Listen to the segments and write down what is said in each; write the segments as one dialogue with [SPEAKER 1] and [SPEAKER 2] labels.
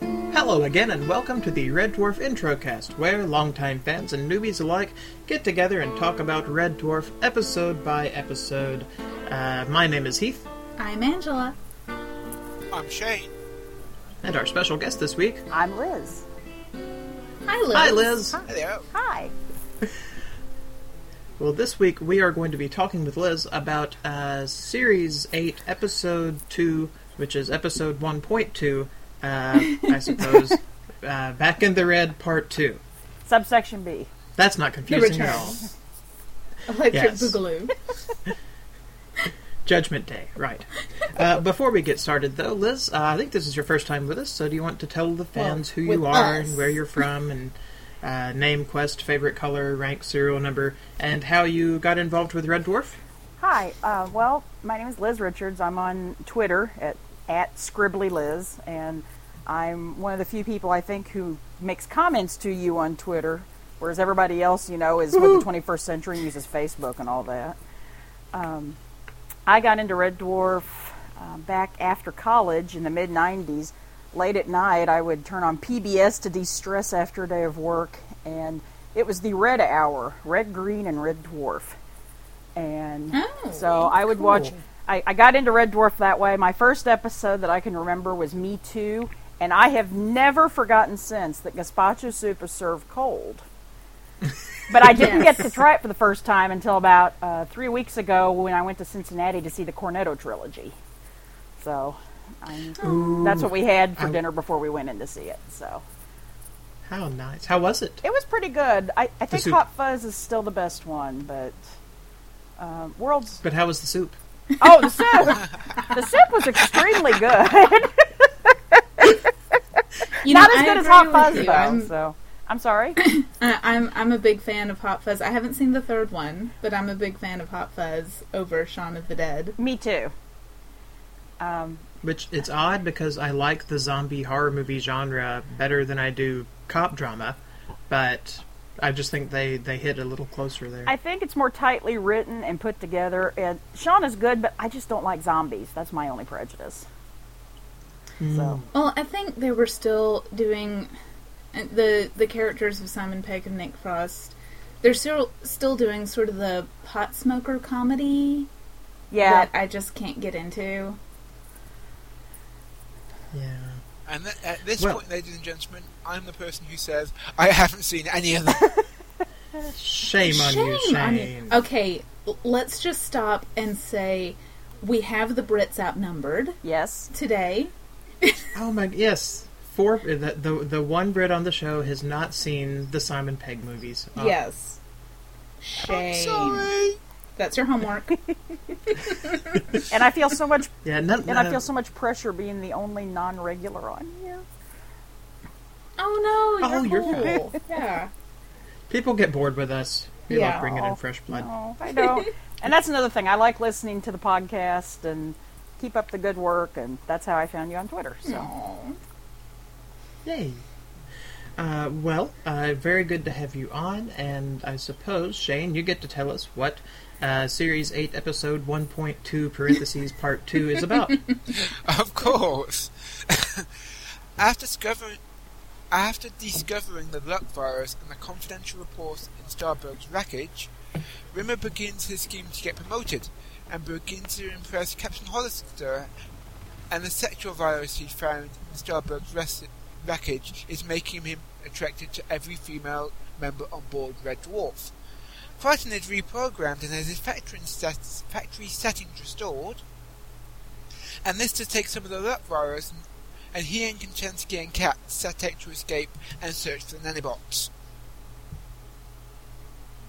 [SPEAKER 1] Hello again, and welcome to the Red Dwarf Introcast, where longtime fans and newbies alike get together and talk about Red Dwarf episode by episode. Uh, my name is Heath,
[SPEAKER 2] I'm Angela.
[SPEAKER 3] I'm Shane.
[SPEAKER 1] and our special guest this week.
[SPEAKER 4] I'm Liz.
[SPEAKER 2] Hi, Liz.
[SPEAKER 1] Hi, Liz.
[SPEAKER 3] Hello.
[SPEAKER 4] Hi.
[SPEAKER 1] Well, this week we are going to be talking with Liz about uh, Series 8, Episode 2, which is Episode 1.2, uh, I suppose, uh, Back in the Red Part 2.
[SPEAKER 4] Subsection B.
[SPEAKER 1] That's not confusing at
[SPEAKER 2] Return.
[SPEAKER 1] all.
[SPEAKER 2] Electric
[SPEAKER 1] Yes.
[SPEAKER 2] Boogaloo.
[SPEAKER 1] Judgment Day, right. Uh, before we get started, though, Liz, uh, I think this is your first time with us, so do you want to tell the fans
[SPEAKER 2] Well,
[SPEAKER 1] who you
[SPEAKER 2] with
[SPEAKER 1] are
[SPEAKER 2] us.
[SPEAKER 1] and where you're from and uh, name, quest, favorite color, rank, serial number, and how you got involved with Red Dwarf?
[SPEAKER 4] Hi. Uh, well, my name is Liz Richards. I'm on Twitter at, at Scribbly Liz, and I'm one of the few people I think who makes comments to you on Twitter, whereas everybody else, you know, is with the 21st century and uses Facebook and all that. Um, I got into Red Dwarf uh, back after college in the mid 90s. Late at night, I would turn on PBS to de stress after a day of work, and it was the Red Hour Red, Green, and Red Dwarf. And
[SPEAKER 2] Oh,
[SPEAKER 4] so I would watch.
[SPEAKER 1] cool.
[SPEAKER 4] I, I got into Red Dwarf that way. My first episode that I can remember was Me Too, and I have never forgotten since that gazpacho soup is served cold. But I didn't get to try it for the first time until about uh, three weeks ago when I went to Cincinnati to see the Cornetto trilogy. So I, that's what we had for
[SPEAKER 1] I-
[SPEAKER 4] dinner before we went in to see it. So
[SPEAKER 1] How nice. How was it?
[SPEAKER 4] it was pretty good. I, I think
[SPEAKER 1] soup.
[SPEAKER 4] Hot Fuzz is still the best one, but uh, World's
[SPEAKER 1] But how was the soup?
[SPEAKER 4] Oh, the soup. the soup was extremely good.
[SPEAKER 2] You
[SPEAKER 4] Not
[SPEAKER 2] know,
[SPEAKER 4] as
[SPEAKER 2] I
[SPEAKER 4] good as
[SPEAKER 2] agree
[SPEAKER 4] Hot
[SPEAKER 2] with
[SPEAKER 4] Fuzz,
[SPEAKER 2] you.
[SPEAKER 4] though.
[SPEAKER 2] I'm,
[SPEAKER 4] So, I'm sorry.
[SPEAKER 2] I- I'm I'm a big fan of Hot Fuzz. I haven't seen the third one, but I'm a big fan of Hot Fuzz over Shaun of the Dead.
[SPEAKER 4] Me too. Um,
[SPEAKER 1] Which it's odd because I like the zombie horror movie genre better than I do cop drama, but I just think they, they hit a little closer there.
[SPEAKER 4] I think it's more tightly written and put together. And Sean is good, but I just don't like zombies. That's my only prejudice. So,
[SPEAKER 2] Well, I think they were still doing uh, the the characters of Simon Pegg and Nick Frost. They're still still doing sort of the pot smoker comedy
[SPEAKER 4] yeah,
[SPEAKER 2] that I just can't get into.
[SPEAKER 1] yeah.
[SPEAKER 3] And th- at this
[SPEAKER 1] Well-
[SPEAKER 3] point, ladies and gentlemen, I'm the person who says I haven't seen any of them.
[SPEAKER 1] Shame on you, Shane.
[SPEAKER 2] on you. Oh, Okay, l- let's just stop and say we have the Brits outnumbered
[SPEAKER 4] yes.
[SPEAKER 2] today.
[SPEAKER 1] Oh my yes, four uh, the, the the one Brit on the show has not seen the Simon Pegg movies.
[SPEAKER 2] Oh.
[SPEAKER 1] Uh,
[SPEAKER 2] Yes. Shame.
[SPEAKER 3] Sorry.
[SPEAKER 2] That's your homework.
[SPEAKER 4] And I feel so much,
[SPEAKER 1] yeah, none,
[SPEAKER 4] and
[SPEAKER 1] none
[SPEAKER 4] I
[SPEAKER 1] of-
[SPEAKER 4] feel so much pressure being the only non-regular on here.
[SPEAKER 2] oh no,
[SPEAKER 1] Oh,
[SPEAKER 2] you're
[SPEAKER 1] you're
[SPEAKER 2] cool. yeah.
[SPEAKER 1] people get bored with us. We
[SPEAKER 2] Yeah.
[SPEAKER 1] like bringing in fresh blood.
[SPEAKER 4] No, Oh, I don't. and that's another thing. I like listening to the podcast and keep up the good work. And that's how I found you on Twitter. So.
[SPEAKER 2] Mm. Aw.
[SPEAKER 1] Yay. Uh, well, uh, very good to have you on, and I suppose Shane, you get to tell us what uh, series eight, episode one point two, parentheses part two is about.
[SPEAKER 3] Of course. after discovering, after discovering the Gluck virus and the confidential reports in Starbuck's wreckage, Rimmer begins his scheme to get promoted, and begins to impress Captain Hollister. And the sexual virus he found in Starbuck's res- wreckage is making him attracted to every female member on board Red Dwarf. Crichton is reprogrammed and his factory, set- factory settings restored, and this to take some of the luck virus, and he and Konchensky and Kat set out to escape and search for the nanobots.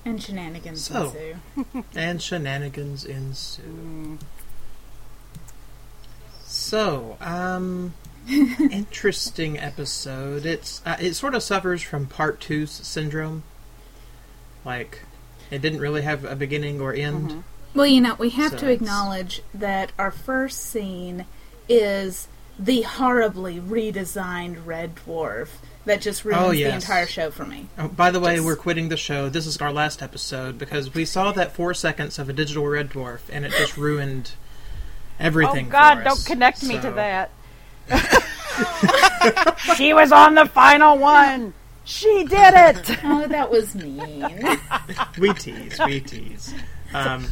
[SPEAKER 2] And shenanigans
[SPEAKER 1] So.
[SPEAKER 2] ensue.
[SPEAKER 1] and shenanigans ensue. So, um, interesting episode. It's uh, it sort of suffers from part two s- syndrome. Like, it didn't really have a beginning or end.
[SPEAKER 4] Mm-hmm.
[SPEAKER 2] Well, you know, we have
[SPEAKER 1] So
[SPEAKER 2] to
[SPEAKER 1] it's-
[SPEAKER 2] acknowledge that our first scene is the horribly redesigned Red Dwarf that just ruins
[SPEAKER 1] Oh,
[SPEAKER 2] the
[SPEAKER 1] yes.
[SPEAKER 2] entire show for me.
[SPEAKER 1] Oh, by the way,
[SPEAKER 2] Just-
[SPEAKER 1] we're quitting the show. This is our last episode because we saw that four seconds of a digital red dwarf, and it just ruined
[SPEAKER 4] Oh
[SPEAKER 1] everything.
[SPEAKER 4] God!
[SPEAKER 1] for
[SPEAKER 4] Don't
[SPEAKER 1] us.
[SPEAKER 4] connect me to
[SPEAKER 1] So-
[SPEAKER 4] that. she was on the final one. She did it.
[SPEAKER 2] Oh, that was mean.
[SPEAKER 1] we tease, we tease. Um,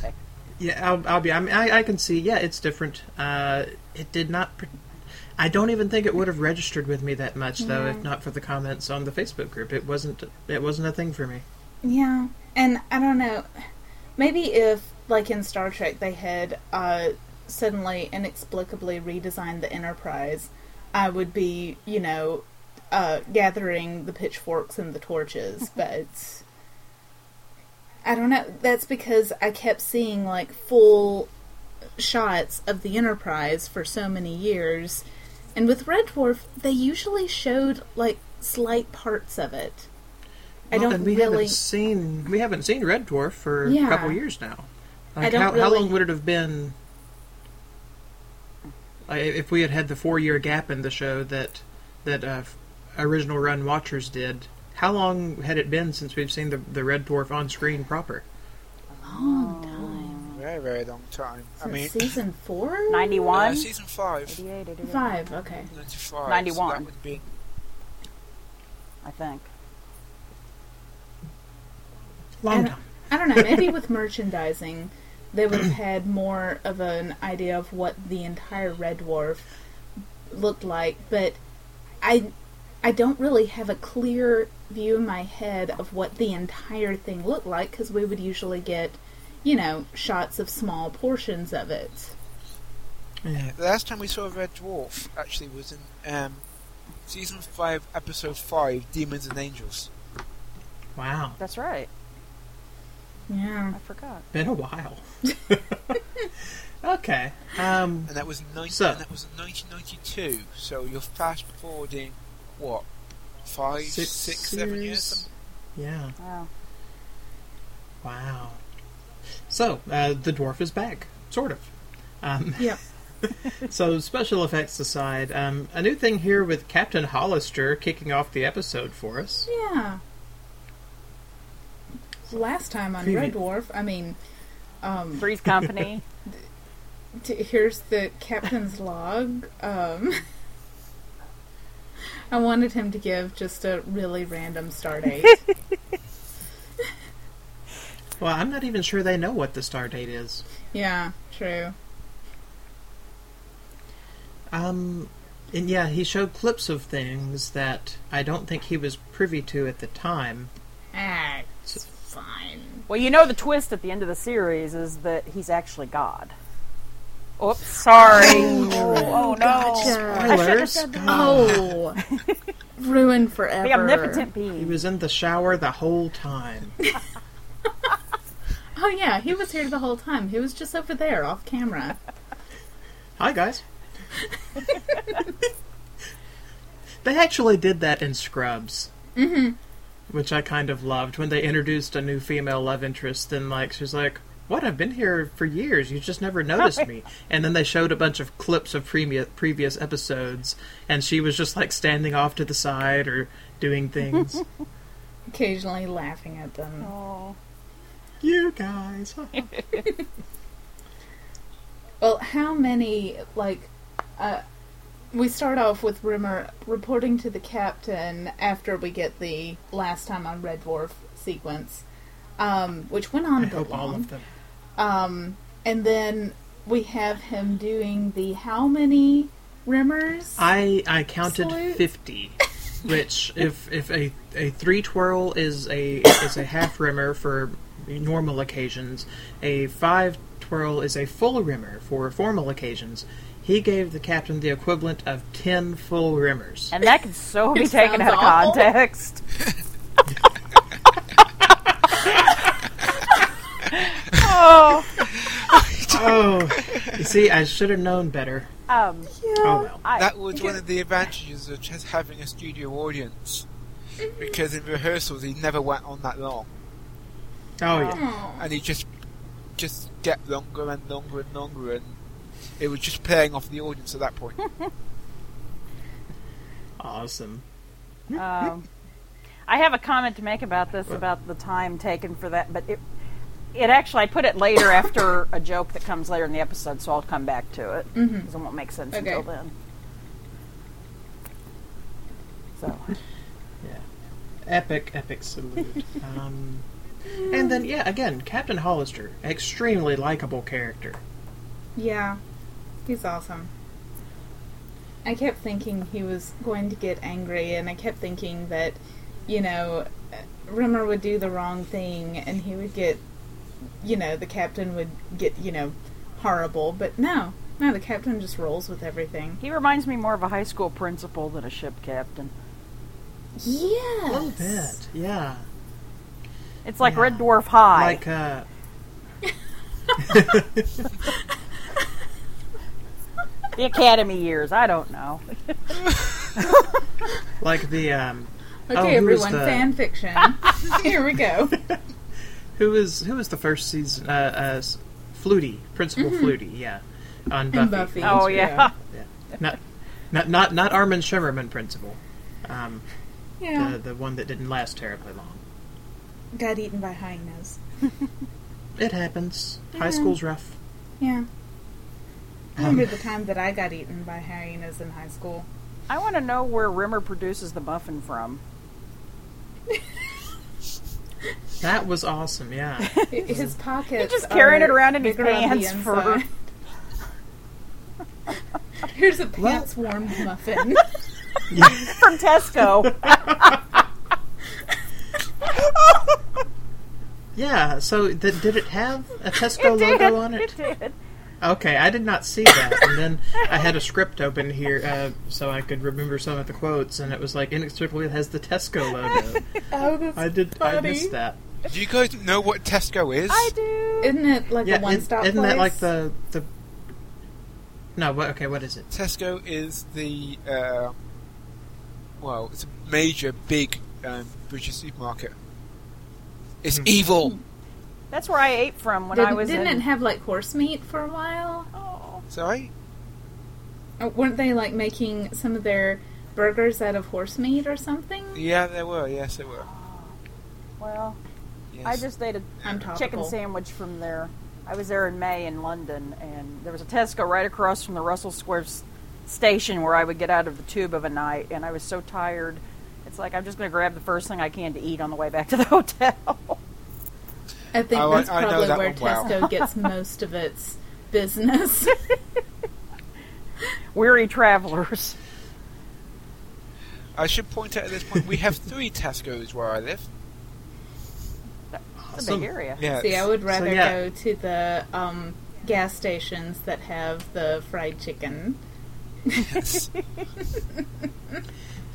[SPEAKER 1] yeah, I'll, I'll be. I mean, I, I can see. Yeah, it's different. Uh, it did not. Pre- I don't even think it would have registered with me that much, though, if not for the comments on the Facebook group. It wasn't. It wasn't a thing for me.
[SPEAKER 2] Yeah, and I don't know. Maybe if, like in Star Trek, they had uh, suddenly inexplicably redesigned the Enterprise, I would be, you know, uh, gathering the pitchforks and the torches. but I don't know. That's because I kept seeing like full shots of the Enterprise for so many years, and with Red Dwarf, they usually showed like slight parts of it. I
[SPEAKER 1] Well,
[SPEAKER 2] don't
[SPEAKER 1] and we
[SPEAKER 2] really.
[SPEAKER 1] haven't seen we haven't seen Red Dwarf for
[SPEAKER 2] Yeah.
[SPEAKER 1] a couple years now. Like,
[SPEAKER 2] don't
[SPEAKER 1] how, how
[SPEAKER 2] really-
[SPEAKER 1] long would it have been I- if we had had the four year gap in the show that that uh, original run watchers did? How long had it been since we've seen the the Red Dwarf on screen proper?
[SPEAKER 2] long time.
[SPEAKER 3] Very, very long time. I
[SPEAKER 2] Since
[SPEAKER 3] mean,
[SPEAKER 2] Oh. season four?
[SPEAKER 3] uh,
[SPEAKER 4] 91,
[SPEAKER 3] season 5.
[SPEAKER 4] 88, 88,
[SPEAKER 2] Five, okay.
[SPEAKER 3] 95.
[SPEAKER 4] 91.
[SPEAKER 3] So that would be
[SPEAKER 4] I think.
[SPEAKER 1] Long
[SPEAKER 2] And-
[SPEAKER 1] time.
[SPEAKER 2] I don't know, maybe with merchandising, they would have had more of an idea of what the entire Red Dwarf looked like, but I I don't really have a clear view in my head of what the entire thing looked like because we would usually get, you know, shots of small portions of it.
[SPEAKER 1] Yeah.
[SPEAKER 3] The last time we saw Red Dwarf actually was in um, season five, episode five, Demons and Angels.
[SPEAKER 1] Wow,
[SPEAKER 4] That's right.
[SPEAKER 2] Yeah.
[SPEAKER 4] I forgot.
[SPEAKER 1] been a while. okay. Um,
[SPEAKER 3] and that was in 19,
[SPEAKER 1] So-
[SPEAKER 3] and that was in 1992. So you're fast forwarding what five,
[SPEAKER 1] Six
[SPEAKER 3] six, seven years.
[SPEAKER 1] years. yeah.
[SPEAKER 4] Wow.
[SPEAKER 1] Wow. So, uh, the dwarf is back, sort of. Um,
[SPEAKER 2] Yep.
[SPEAKER 1] so, special effects aside, um, a new thing here with Captain Hollister kicking off the episode for us.
[SPEAKER 2] Yeah. Last time on
[SPEAKER 1] Preview.
[SPEAKER 2] Red Dwarf, I mean, um,
[SPEAKER 4] Three's Company.
[SPEAKER 2] t- here's the captain's log. Um, I wanted him to give just a really random start date.
[SPEAKER 1] Well, I'm not even sure they know what the star date is.
[SPEAKER 2] yeah, true.
[SPEAKER 1] Um, and yeah, he showed clips of things that I don't think he was privy to at the time.
[SPEAKER 2] Ah, it's fine.
[SPEAKER 4] well, you know the twist at the end of the series is that he's actually God. Oops, sorry. Oh, oh, no.
[SPEAKER 2] Gotcha.
[SPEAKER 4] I should've
[SPEAKER 1] Spoilers.
[SPEAKER 4] said that.
[SPEAKER 1] God.
[SPEAKER 2] Oh, ruined forever.
[SPEAKER 4] The omnipotent
[SPEAKER 1] He
[SPEAKER 4] being.
[SPEAKER 1] was in the shower the whole time.
[SPEAKER 2] Oh yeah, he was here the whole time. He was just over there, off camera.
[SPEAKER 1] Hi, guys. they actually did that in Scrubs. Mm-hmm. Which I kind of loved when they introduced a new female love interest, and like she's like, "What? I've been here for years. You just never noticed me." And then they showed a bunch of clips of previous previous episodes, and she was just like standing off to the side or doing things.
[SPEAKER 2] Occasionally laughing at them.
[SPEAKER 4] Oh.
[SPEAKER 1] you guys,
[SPEAKER 2] Well, how many like uh, we start off with rumor reporting to the captain after we get the last time on Red Dwarf sequence, um, which went on
[SPEAKER 1] I
[SPEAKER 2] a bit
[SPEAKER 1] hope all
[SPEAKER 2] long.
[SPEAKER 1] of them.
[SPEAKER 2] Um, and then we have him doing the how many rumors?
[SPEAKER 1] I I counted
[SPEAKER 2] Salute.
[SPEAKER 1] fifty, which if if a, a three twirl is a is a half rimmer for normal occasions, a five twirl is a full rimmer for formal occasions. He gave the captain the equivalent of ten full rimmers.
[SPEAKER 4] And that can so be
[SPEAKER 2] It
[SPEAKER 4] taken out of
[SPEAKER 2] sounds awful.
[SPEAKER 4] context. oh,
[SPEAKER 1] Oh, you see, I should have known better.
[SPEAKER 4] um,
[SPEAKER 1] Oh well.
[SPEAKER 4] I,
[SPEAKER 3] That was one of the advantages of just having a studio audience, because in rehearsals he never went on that long,
[SPEAKER 1] Oh yeah.
[SPEAKER 2] Aw.
[SPEAKER 3] and he just just get longer and longer and longer, and it was just playing off the audience at that point.
[SPEAKER 1] Awesome.
[SPEAKER 4] Um, I have a comment to make about this, about the time taken for that, but it, it actually, I put it later after a joke that
[SPEAKER 1] Mm-hmm.
[SPEAKER 4] comes later in the episode, so I'll come back to it because it won't make sense
[SPEAKER 2] Okay.
[SPEAKER 4] until then. So
[SPEAKER 1] Epic, epic salute. um, and then, yeah, again, Captain Hollister, extremely likable character.
[SPEAKER 2] Yeah, he's awesome. I kept thinking he was going to get angry, and I kept thinking that, you know, Rimmer would do the wrong thing, and he would get, you know, the captain would get, you know, horrible. But no, no, the captain just rolls with everything.
[SPEAKER 4] he reminds me more of a high school principal than a ship captain.
[SPEAKER 2] Yes.
[SPEAKER 1] A little bit, yeah.
[SPEAKER 4] It's like
[SPEAKER 1] Yeah.
[SPEAKER 4] Red Dwarf High.
[SPEAKER 1] Like, uh.
[SPEAKER 4] the Academy years. I don't know.
[SPEAKER 1] like the, um.
[SPEAKER 2] Okay,
[SPEAKER 1] Oh, who was
[SPEAKER 2] everyone,
[SPEAKER 1] the-
[SPEAKER 2] fan fiction. Here we go.
[SPEAKER 1] Who was, who was the first season? Uh, uh, s- Flutie, Principal Flutie, yeah. On Buffy.
[SPEAKER 2] And Buffy.
[SPEAKER 4] Oh yeah.
[SPEAKER 1] Not, not, not, not Armin Shimmerman Principal. Um,
[SPEAKER 2] Yeah.
[SPEAKER 1] the, the one that didn't last terribly long.
[SPEAKER 2] Got eaten by hyenas.
[SPEAKER 1] It happens. High school's rough.
[SPEAKER 2] Yeah. I
[SPEAKER 1] Um,
[SPEAKER 2] remember the time that I got eaten by hyenas in high school.
[SPEAKER 4] I want to know where Rimmer produces the muffin from.
[SPEAKER 1] That was awesome, yeah.
[SPEAKER 2] His pockets.
[SPEAKER 4] just carrying
[SPEAKER 2] are
[SPEAKER 4] it around in his
[SPEAKER 2] bigger on the
[SPEAKER 4] pants for-
[SPEAKER 2] inside. Here's a pants warmed muffin.
[SPEAKER 4] From Tesco.
[SPEAKER 1] Yeah, so th- did it have a Tesco
[SPEAKER 4] It did.
[SPEAKER 1] logo on it?
[SPEAKER 4] It did.
[SPEAKER 1] Okay, I did not see that. And then I had a script open here uh, so I could remember some of the quotes, and it was like, inextricably, it has the Tesco logo.
[SPEAKER 2] oh, that's
[SPEAKER 1] I did. I
[SPEAKER 2] funny.
[SPEAKER 1] missed that.
[SPEAKER 3] Do you guys know what Tesco is?
[SPEAKER 4] I do.
[SPEAKER 2] Isn't it like
[SPEAKER 1] Yeah,
[SPEAKER 2] a
[SPEAKER 1] is-
[SPEAKER 2] one stop
[SPEAKER 1] isn't that like the. the no, what, okay, what is it?
[SPEAKER 3] Tesco is the uh, well, it's a major, big um, British supermarket. It's evil.
[SPEAKER 4] That's where I ate from when
[SPEAKER 2] Didn't,
[SPEAKER 4] I was
[SPEAKER 2] didn't
[SPEAKER 4] in.
[SPEAKER 2] it have like horse meat for a while?
[SPEAKER 4] oh,
[SPEAKER 3] Sorry,
[SPEAKER 2] Or Oh, weren't they like making some of their burgers out of horse meat or something?
[SPEAKER 3] yeah, they were. Yes, they were.
[SPEAKER 4] well,
[SPEAKER 3] Yes.
[SPEAKER 4] I just ate a
[SPEAKER 2] I'm topical.
[SPEAKER 4] chicken sandwich from there. I was there in May in London, and there was a Tesco right across from the Russell Square s- station where I would get out of the tube of a night, and I was so tired. It's like I'm just going to grab the first thing I can to eat on the way back to the hotel.
[SPEAKER 2] I think
[SPEAKER 3] Oh, I-
[SPEAKER 2] that's
[SPEAKER 3] I know
[SPEAKER 2] probably
[SPEAKER 3] that
[SPEAKER 2] where
[SPEAKER 3] one well.
[SPEAKER 2] Tesco gets most of its business.
[SPEAKER 4] Weary travelers.
[SPEAKER 3] I should point out at this point we have three Tesco's where I live.
[SPEAKER 4] It's a
[SPEAKER 1] Awesome.
[SPEAKER 4] big area.
[SPEAKER 3] Yeah.
[SPEAKER 2] See, I would rather
[SPEAKER 1] yeah.
[SPEAKER 2] go to the um, gas stations that have the fried chicken.
[SPEAKER 3] it's-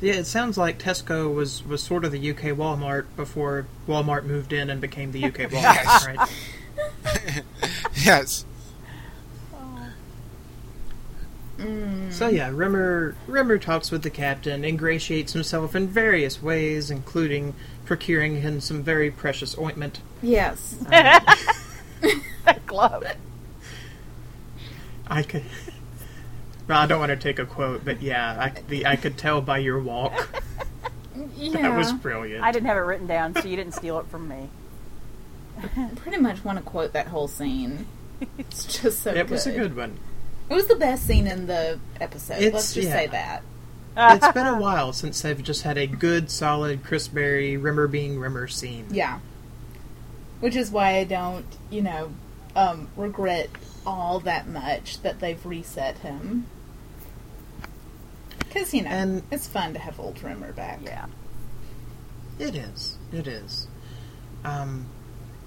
[SPEAKER 1] Yeah, it sounds like Tesco was, was sort of the UK Walmart before Walmart moved in and became the UK Walmart,
[SPEAKER 3] Yes.
[SPEAKER 1] right?
[SPEAKER 3] yes.
[SPEAKER 1] So yeah, Rimmer Rimmer talks with the captain, ingratiates himself in various ways, including procuring him some very precious ointment.
[SPEAKER 2] Yes.
[SPEAKER 4] Glove.
[SPEAKER 1] I could. Well, I don't want to take a quote, but yeah, I, the I could tell by your walk
[SPEAKER 2] Yeah.
[SPEAKER 1] that was brilliant.
[SPEAKER 4] I didn't have it written down, so you didn't steal it from me.
[SPEAKER 2] pretty much want to quote that whole scene. It's just so
[SPEAKER 1] it
[SPEAKER 2] good.
[SPEAKER 1] was a good one.
[SPEAKER 2] It was the best scene in the episode. Let's
[SPEAKER 1] It's-
[SPEAKER 2] just
[SPEAKER 1] yeah.
[SPEAKER 2] say that.
[SPEAKER 1] it's been a while since I've just had a good, solid Chris Berry Rimmer being Rimmer scene.
[SPEAKER 2] Yeah. Which is why I don't, you know, um, regret all that much that they've reset him. Because, you know,
[SPEAKER 1] And-
[SPEAKER 2] it's fun to have old Rimmer back.
[SPEAKER 4] Yeah.
[SPEAKER 1] It is. It is. Um,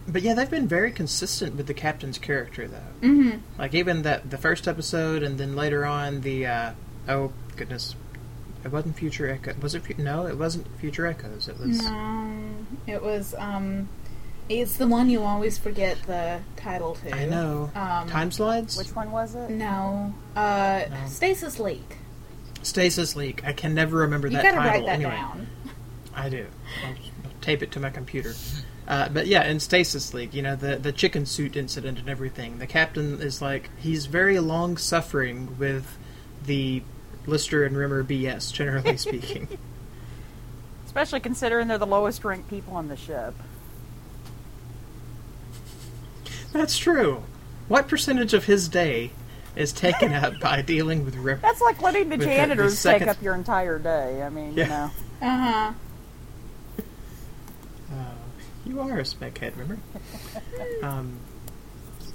[SPEAKER 1] but yeah, they've been very consistent with the captain's character, though. Mm-hmm. Like even that the first episode, and then later on the uh, oh goodness, it wasn't Future Echo. Was it? Fu- no, it wasn't Future Echoes. It was
[SPEAKER 2] Um, it was, um, it's the one you always forget the title to.
[SPEAKER 1] I know
[SPEAKER 2] Um,
[SPEAKER 1] time slides.
[SPEAKER 4] Which one was it?
[SPEAKER 2] No. Uh, Stasis Leak.
[SPEAKER 1] Stasis leak. I can never remember
[SPEAKER 2] You
[SPEAKER 1] that
[SPEAKER 2] gotta
[SPEAKER 1] title.
[SPEAKER 2] write that
[SPEAKER 1] anyway,
[SPEAKER 2] down.
[SPEAKER 1] I do. I'll, I'll tape it to my computer. Uh, but yeah, in Stasis League, you know, the, the chicken suit incident and everything, the captain is like, he's very long suffering with the Lister and Rimmer BS, generally speaking.
[SPEAKER 4] Especially considering they're the lowest ranked people on the ship.
[SPEAKER 1] That's true. What percentage of his day is taken up by dealing with Rimmer?
[SPEAKER 4] That's like letting the
[SPEAKER 1] With the- the
[SPEAKER 4] janitors take
[SPEAKER 1] second-
[SPEAKER 4] up your entire day. I mean,
[SPEAKER 1] Yeah.
[SPEAKER 4] you know.
[SPEAKER 2] Uh huh.
[SPEAKER 1] Uh, you are a speckhead, remember? um,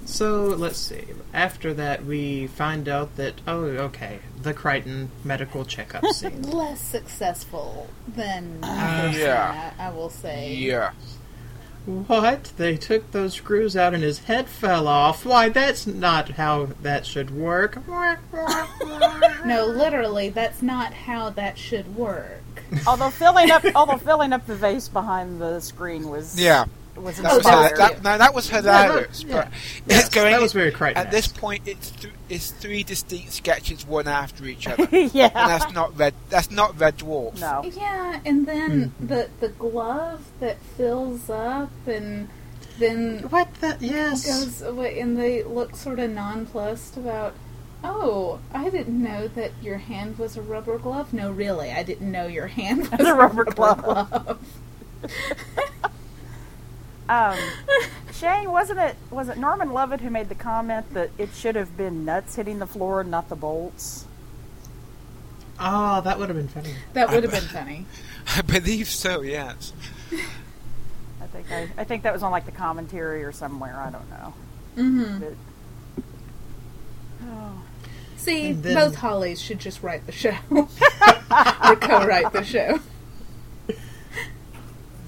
[SPEAKER 1] so let's see. After that, we find out that oh, okay, the Crichton medical checkup scene.
[SPEAKER 2] Less successful than
[SPEAKER 3] Uh,
[SPEAKER 2] Persona,
[SPEAKER 3] yeah.
[SPEAKER 2] I will say.
[SPEAKER 3] Yeah.
[SPEAKER 1] what? They took those screws out and his head fell off. Why? That's not how that should work.
[SPEAKER 2] No, literally, that's not how that should work.
[SPEAKER 4] Although filling up, although filling up the vase behind the screen was
[SPEAKER 3] Yeah.
[SPEAKER 4] Oh, was
[SPEAKER 3] That was,
[SPEAKER 4] inspired.
[SPEAKER 3] hila- that, no, that was hilarious.
[SPEAKER 1] Yeah.
[SPEAKER 3] But
[SPEAKER 1] Yes,
[SPEAKER 3] it's going
[SPEAKER 1] that was very Crichton.
[SPEAKER 3] at this point. It's th- it's three distinct sketches, one after each other, and
[SPEAKER 4] yeah.
[SPEAKER 3] that's not red. That's not Red Dwarf.
[SPEAKER 4] No.
[SPEAKER 2] Yeah, and then the the glove that fills up and then
[SPEAKER 1] What the? Yes.
[SPEAKER 2] goes away, and they look sort of nonplussed about. Oh, I didn't know that your hand was a rubber glove. No, really, I didn't know your hand was
[SPEAKER 4] a rubber glove.
[SPEAKER 2] glove.
[SPEAKER 4] Um, Shane, wasn't it? Was it Norman Lovett who made the comment that it should have been nuts hitting the floor, not the bolts?
[SPEAKER 1] Oh, that would have been funny.
[SPEAKER 2] That would have been funny.
[SPEAKER 3] I believe so. Yes.
[SPEAKER 4] I think I, I think that was on like the commentary or somewhere. I don't know.
[SPEAKER 2] hmm
[SPEAKER 4] But, oh,
[SPEAKER 2] See,
[SPEAKER 1] And then-
[SPEAKER 2] both Hollies should just write the show. or co-write the show.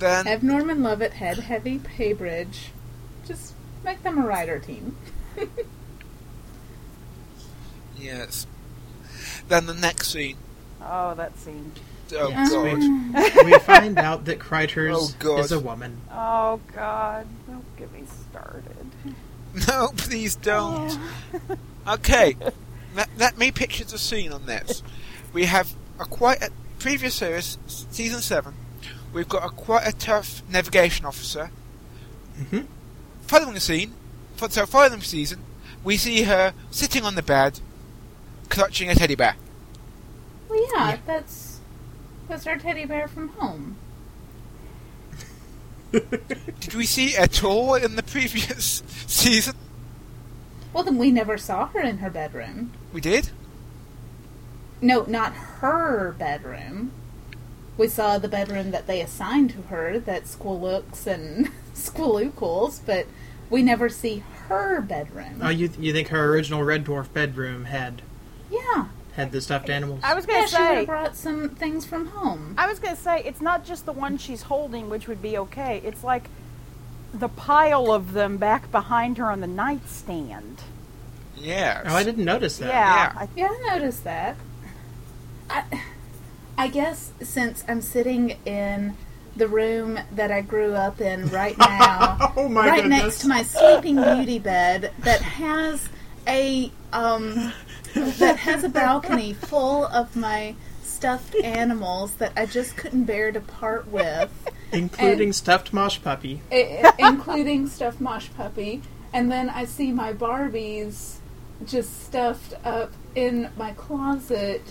[SPEAKER 3] Then
[SPEAKER 2] Have Norman Lovett head heavy Paybridge. Just make them a writer team.
[SPEAKER 3] yes. Then the next scene.
[SPEAKER 4] oh, that scene.
[SPEAKER 3] Oh
[SPEAKER 1] Yes,
[SPEAKER 3] God.
[SPEAKER 1] We, we find out that Kreiters
[SPEAKER 3] Oh, God.
[SPEAKER 1] is a woman.
[SPEAKER 4] Oh God, don't get me started.
[SPEAKER 3] No, please don't. Okay, let, let me picture the scene on this. We have a quite a previous series, s- season seven. We've got a quite a tough navigation officer.
[SPEAKER 1] Mhm.
[SPEAKER 3] Following the scene, for, so following the season, we see her sitting on the bed, clutching a teddy bear.
[SPEAKER 2] Well, yeah,
[SPEAKER 1] Yeah.
[SPEAKER 2] that's that's our teddy bear from home.
[SPEAKER 3] Did we see it at all in the previous season?
[SPEAKER 2] Well, then we never saw her in her bedroom.
[SPEAKER 3] We did.
[SPEAKER 2] No, not her bedroom. We saw the bedroom that they assigned to her, that Squalooks and Squalookles, but we never see her bedroom.
[SPEAKER 1] Oh, you you think her original Red Dwarf bedroom had
[SPEAKER 2] yeah,
[SPEAKER 1] had the stuffed animals?
[SPEAKER 4] I was gonna
[SPEAKER 2] yeah, she would
[SPEAKER 4] say.
[SPEAKER 2] have brought some things from home.
[SPEAKER 4] I was going to say it's not just the one she's holding, which would be okay. It's like the pile of them back behind her on the nightstand.
[SPEAKER 3] Yes.
[SPEAKER 1] Oh, I didn't notice that.
[SPEAKER 4] yeah,
[SPEAKER 3] yeah.
[SPEAKER 4] I-
[SPEAKER 2] Yeah, I noticed that. I, I guess since I'm sitting in the room that I grew up in right now,
[SPEAKER 1] Oh my
[SPEAKER 2] right
[SPEAKER 1] goodness.
[SPEAKER 2] next to my sleeping beauty bed that has a um that has a balcony full of my stuffed animals that I just couldn't bear to part with,
[SPEAKER 1] Including stuffed mosh puppy.
[SPEAKER 2] i- i- including stuffed mosh puppy, and then I see my Barbies just stuffed up in my closet,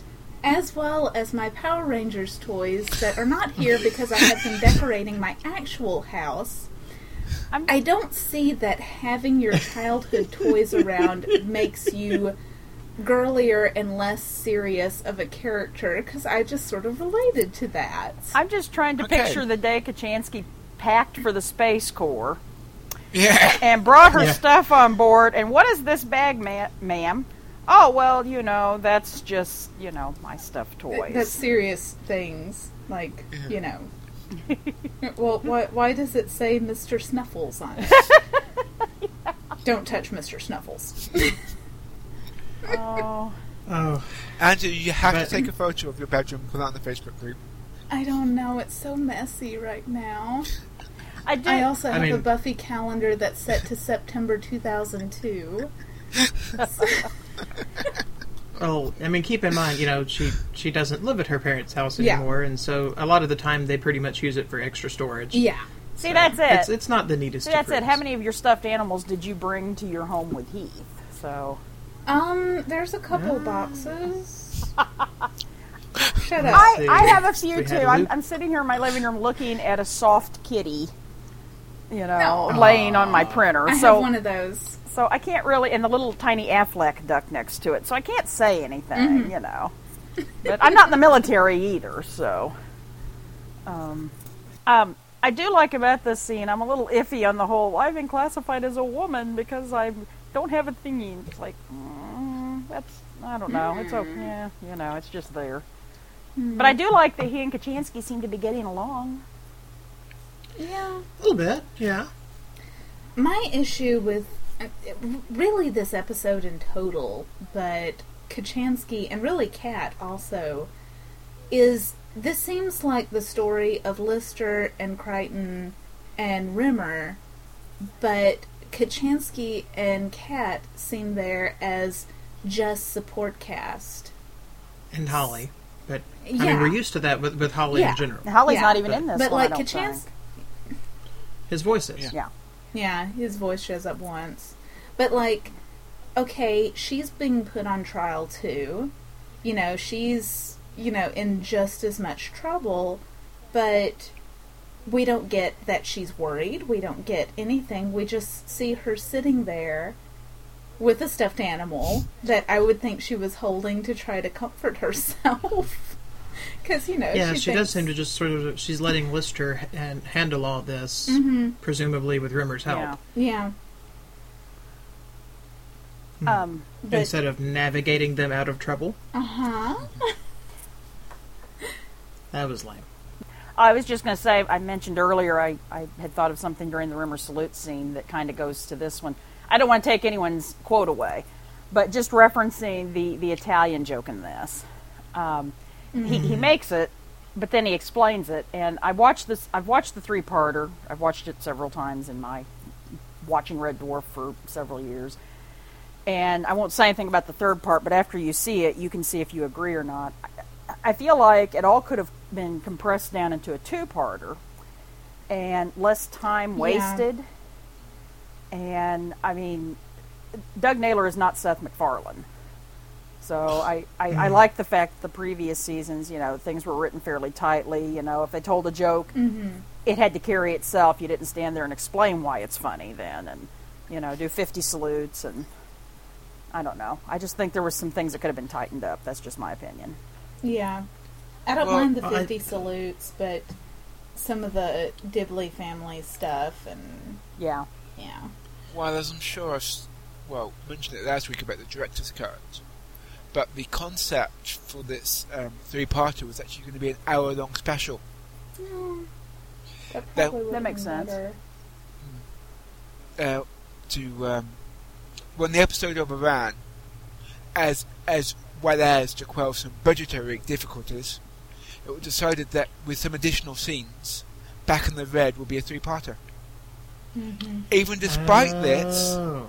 [SPEAKER 2] as well as my Power Rangers toys that are not here because I have been decorating my actual house.
[SPEAKER 4] I'm-
[SPEAKER 2] I don't see that having your childhood toys around makes you girlier and less serious of a character because I just sort of related to that.
[SPEAKER 4] I'm just trying to
[SPEAKER 3] Okay.
[SPEAKER 4] picture the day Kachansky packed for the Space Corps
[SPEAKER 3] Yeah.
[SPEAKER 4] and brought her
[SPEAKER 1] Yeah.
[SPEAKER 4] stuff on board. And what is this bag, ma- ma'am? Oh, well, you know, that's just, you know, my stuffed toys.
[SPEAKER 2] That's serious things, like, you know. well, why, why does it say Mr. Snuffles on it? Don't touch Mr. Snuffles.
[SPEAKER 4] oh,
[SPEAKER 1] Oh,
[SPEAKER 3] Andrew, you have
[SPEAKER 1] But-
[SPEAKER 3] to take a photo of your bedroom, put that on the Facebook group.
[SPEAKER 2] I don't know, it's so messy right now.
[SPEAKER 4] I do.
[SPEAKER 2] I also
[SPEAKER 1] I
[SPEAKER 2] have a
[SPEAKER 1] mean-
[SPEAKER 2] Buffy calendar that's set to September 2002.
[SPEAKER 1] well, I mean, keep in mind, you know, she she doesn't live at her parents' house
[SPEAKER 2] Yeah.
[SPEAKER 1] anymore, and so a lot of the time they pretty much use it for extra storage.
[SPEAKER 2] Yeah.
[SPEAKER 4] See, that's it.
[SPEAKER 1] It's it's not the neatest.
[SPEAKER 4] See, that's
[SPEAKER 1] of
[SPEAKER 4] it. How
[SPEAKER 1] rooms.
[SPEAKER 4] many of your stuffed animals did you bring to your home with Heath? So.
[SPEAKER 2] Um, there's a couple boxes. Shut up.
[SPEAKER 4] I,
[SPEAKER 1] see.
[SPEAKER 4] I have a few
[SPEAKER 1] We
[SPEAKER 4] too.
[SPEAKER 1] had
[SPEAKER 4] I'm,
[SPEAKER 1] Luke-
[SPEAKER 4] I'm sitting here in my living room looking at a soft kitty, you know,
[SPEAKER 2] No.
[SPEAKER 4] laying on
[SPEAKER 1] Oh.
[SPEAKER 4] my printer.
[SPEAKER 2] I have
[SPEAKER 4] so
[SPEAKER 2] one of those.
[SPEAKER 4] so I can't really, and the little tiny Affleck duck next to it. So I
[SPEAKER 2] Mm-hmm.
[SPEAKER 4] can't say anything, you know. But I'm not in the military either, so Um, um, I do like about this scene. I'm a little iffy on the whole. I've been classified as a woman because I don't have a thingy. It's like mm, that's I don't know. It's
[SPEAKER 2] Mm.
[SPEAKER 4] okay. Yeah, you know, it's just there.
[SPEAKER 2] Mm-hmm.
[SPEAKER 4] But I do like that he and Kachansky seem to be getting along.
[SPEAKER 2] Yeah.
[SPEAKER 1] A little bit, yeah.
[SPEAKER 2] My issue with uh, really this episode in total, but Kachansky and really Kat also, is this seems like the story of Lister and Crichton and Rimmer, but Kachansky and Kat seem there as just support cast.
[SPEAKER 1] And Holly. But I mean,
[SPEAKER 2] Yeah.
[SPEAKER 1] we're used to that with, with Holly
[SPEAKER 2] Yeah.
[SPEAKER 1] in general.
[SPEAKER 4] Holly's
[SPEAKER 2] Yeah.
[SPEAKER 4] not even in this
[SPEAKER 2] but
[SPEAKER 4] one.
[SPEAKER 2] like
[SPEAKER 4] I don't
[SPEAKER 2] Kachansky,
[SPEAKER 4] think.
[SPEAKER 1] His voices.
[SPEAKER 3] Yeah.
[SPEAKER 4] Yeah.
[SPEAKER 2] Yeah, his voice shows up once. But, like, okay, she's being put on trial too. You know, she's, you know, in just as much trouble, but we don't get that she's worried. We don't get anything. We just see her sitting there with a stuffed animal that I would think she was holding to try to comfort herself. Because, you know,
[SPEAKER 1] Yeah, she,
[SPEAKER 2] she,
[SPEAKER 1] does seem
[SPEAKER 2] thinks-
[SPEAKER 1] to just sort of she's letting Lister h- and handle all this, presumably with Rimmer's help,
[SPEAKER 4] Yeah.
[SPEAKER 2] Yeah.
[SPEAKER 4] Um,
[SPEAKER 2] But,
[SPEAKER 1] instead of navigating them out of trouble.
[SPEAKER 2] uh huh.
[SPEAKER 1] That was lame.
[SPEAKER 4] I was just going to say, I mentioned earlier, I, I had thought of something during the Rimmer salute scene that kind of goes to this one. I don't want to take anyone's quote away, but just referencing the, the Italian joke in this. Um, he, he makes it, but then he explains it. And I watched this, I've watched the three parter, I've watched it several times in my watching Red Dwarf for several years. And I won't say anything about the third part, but after you see it, you can see if you agree or not. I- I feel like it all could have been compressed down into a two parter and less time
[SPEAKER 2] Yeah.
[SPEAKER 4] wasted. And I mean, Doug Naylor is not Seth MacFarlane. So I, I, I like the fact the previous seasons, you know, things were written fairly tightly. You know, if they told a joke, it had to carry itself. You didn't stand there and explain why it's funny then and, you know, do 50 salutes and I don't know. I just think there were some things that could have been tightened up. That's just my opinion.
[SPEAKER 2] Yeah. I don't
[SPEAKER 3] Well,
[SPEAKER 2] mind the
[SPEAKER 1] I-
[SPEAKER 2] 50 salutes, but some of the Dibley family stuff and
[SPEAKER 4] Yeah.
[SPEAKER 2] yeah.
[SPEAKER 3] Well, as I'm sure I've, s- well, mentioned it last week about the director's cut, but the concept for this um, three-parter was actually going to be an hour-long special.
[SPEAKER 2] That,
[SPEAKER 3] That-
[SPEAKER 2] probably would've
[SPEAKER 4] That makes
[SPEAKER 2] been
[SPEAKER 4] sense.
[SPEAKER 2] better.
[SPEAKER 3] uh, to um, when the episode overran, as as well as to quell some budgetary difficulties, it was decided that with some additional scenes, Back in the Red will be a three-parter. Even despite this,
[SPEAKER 1] Oh.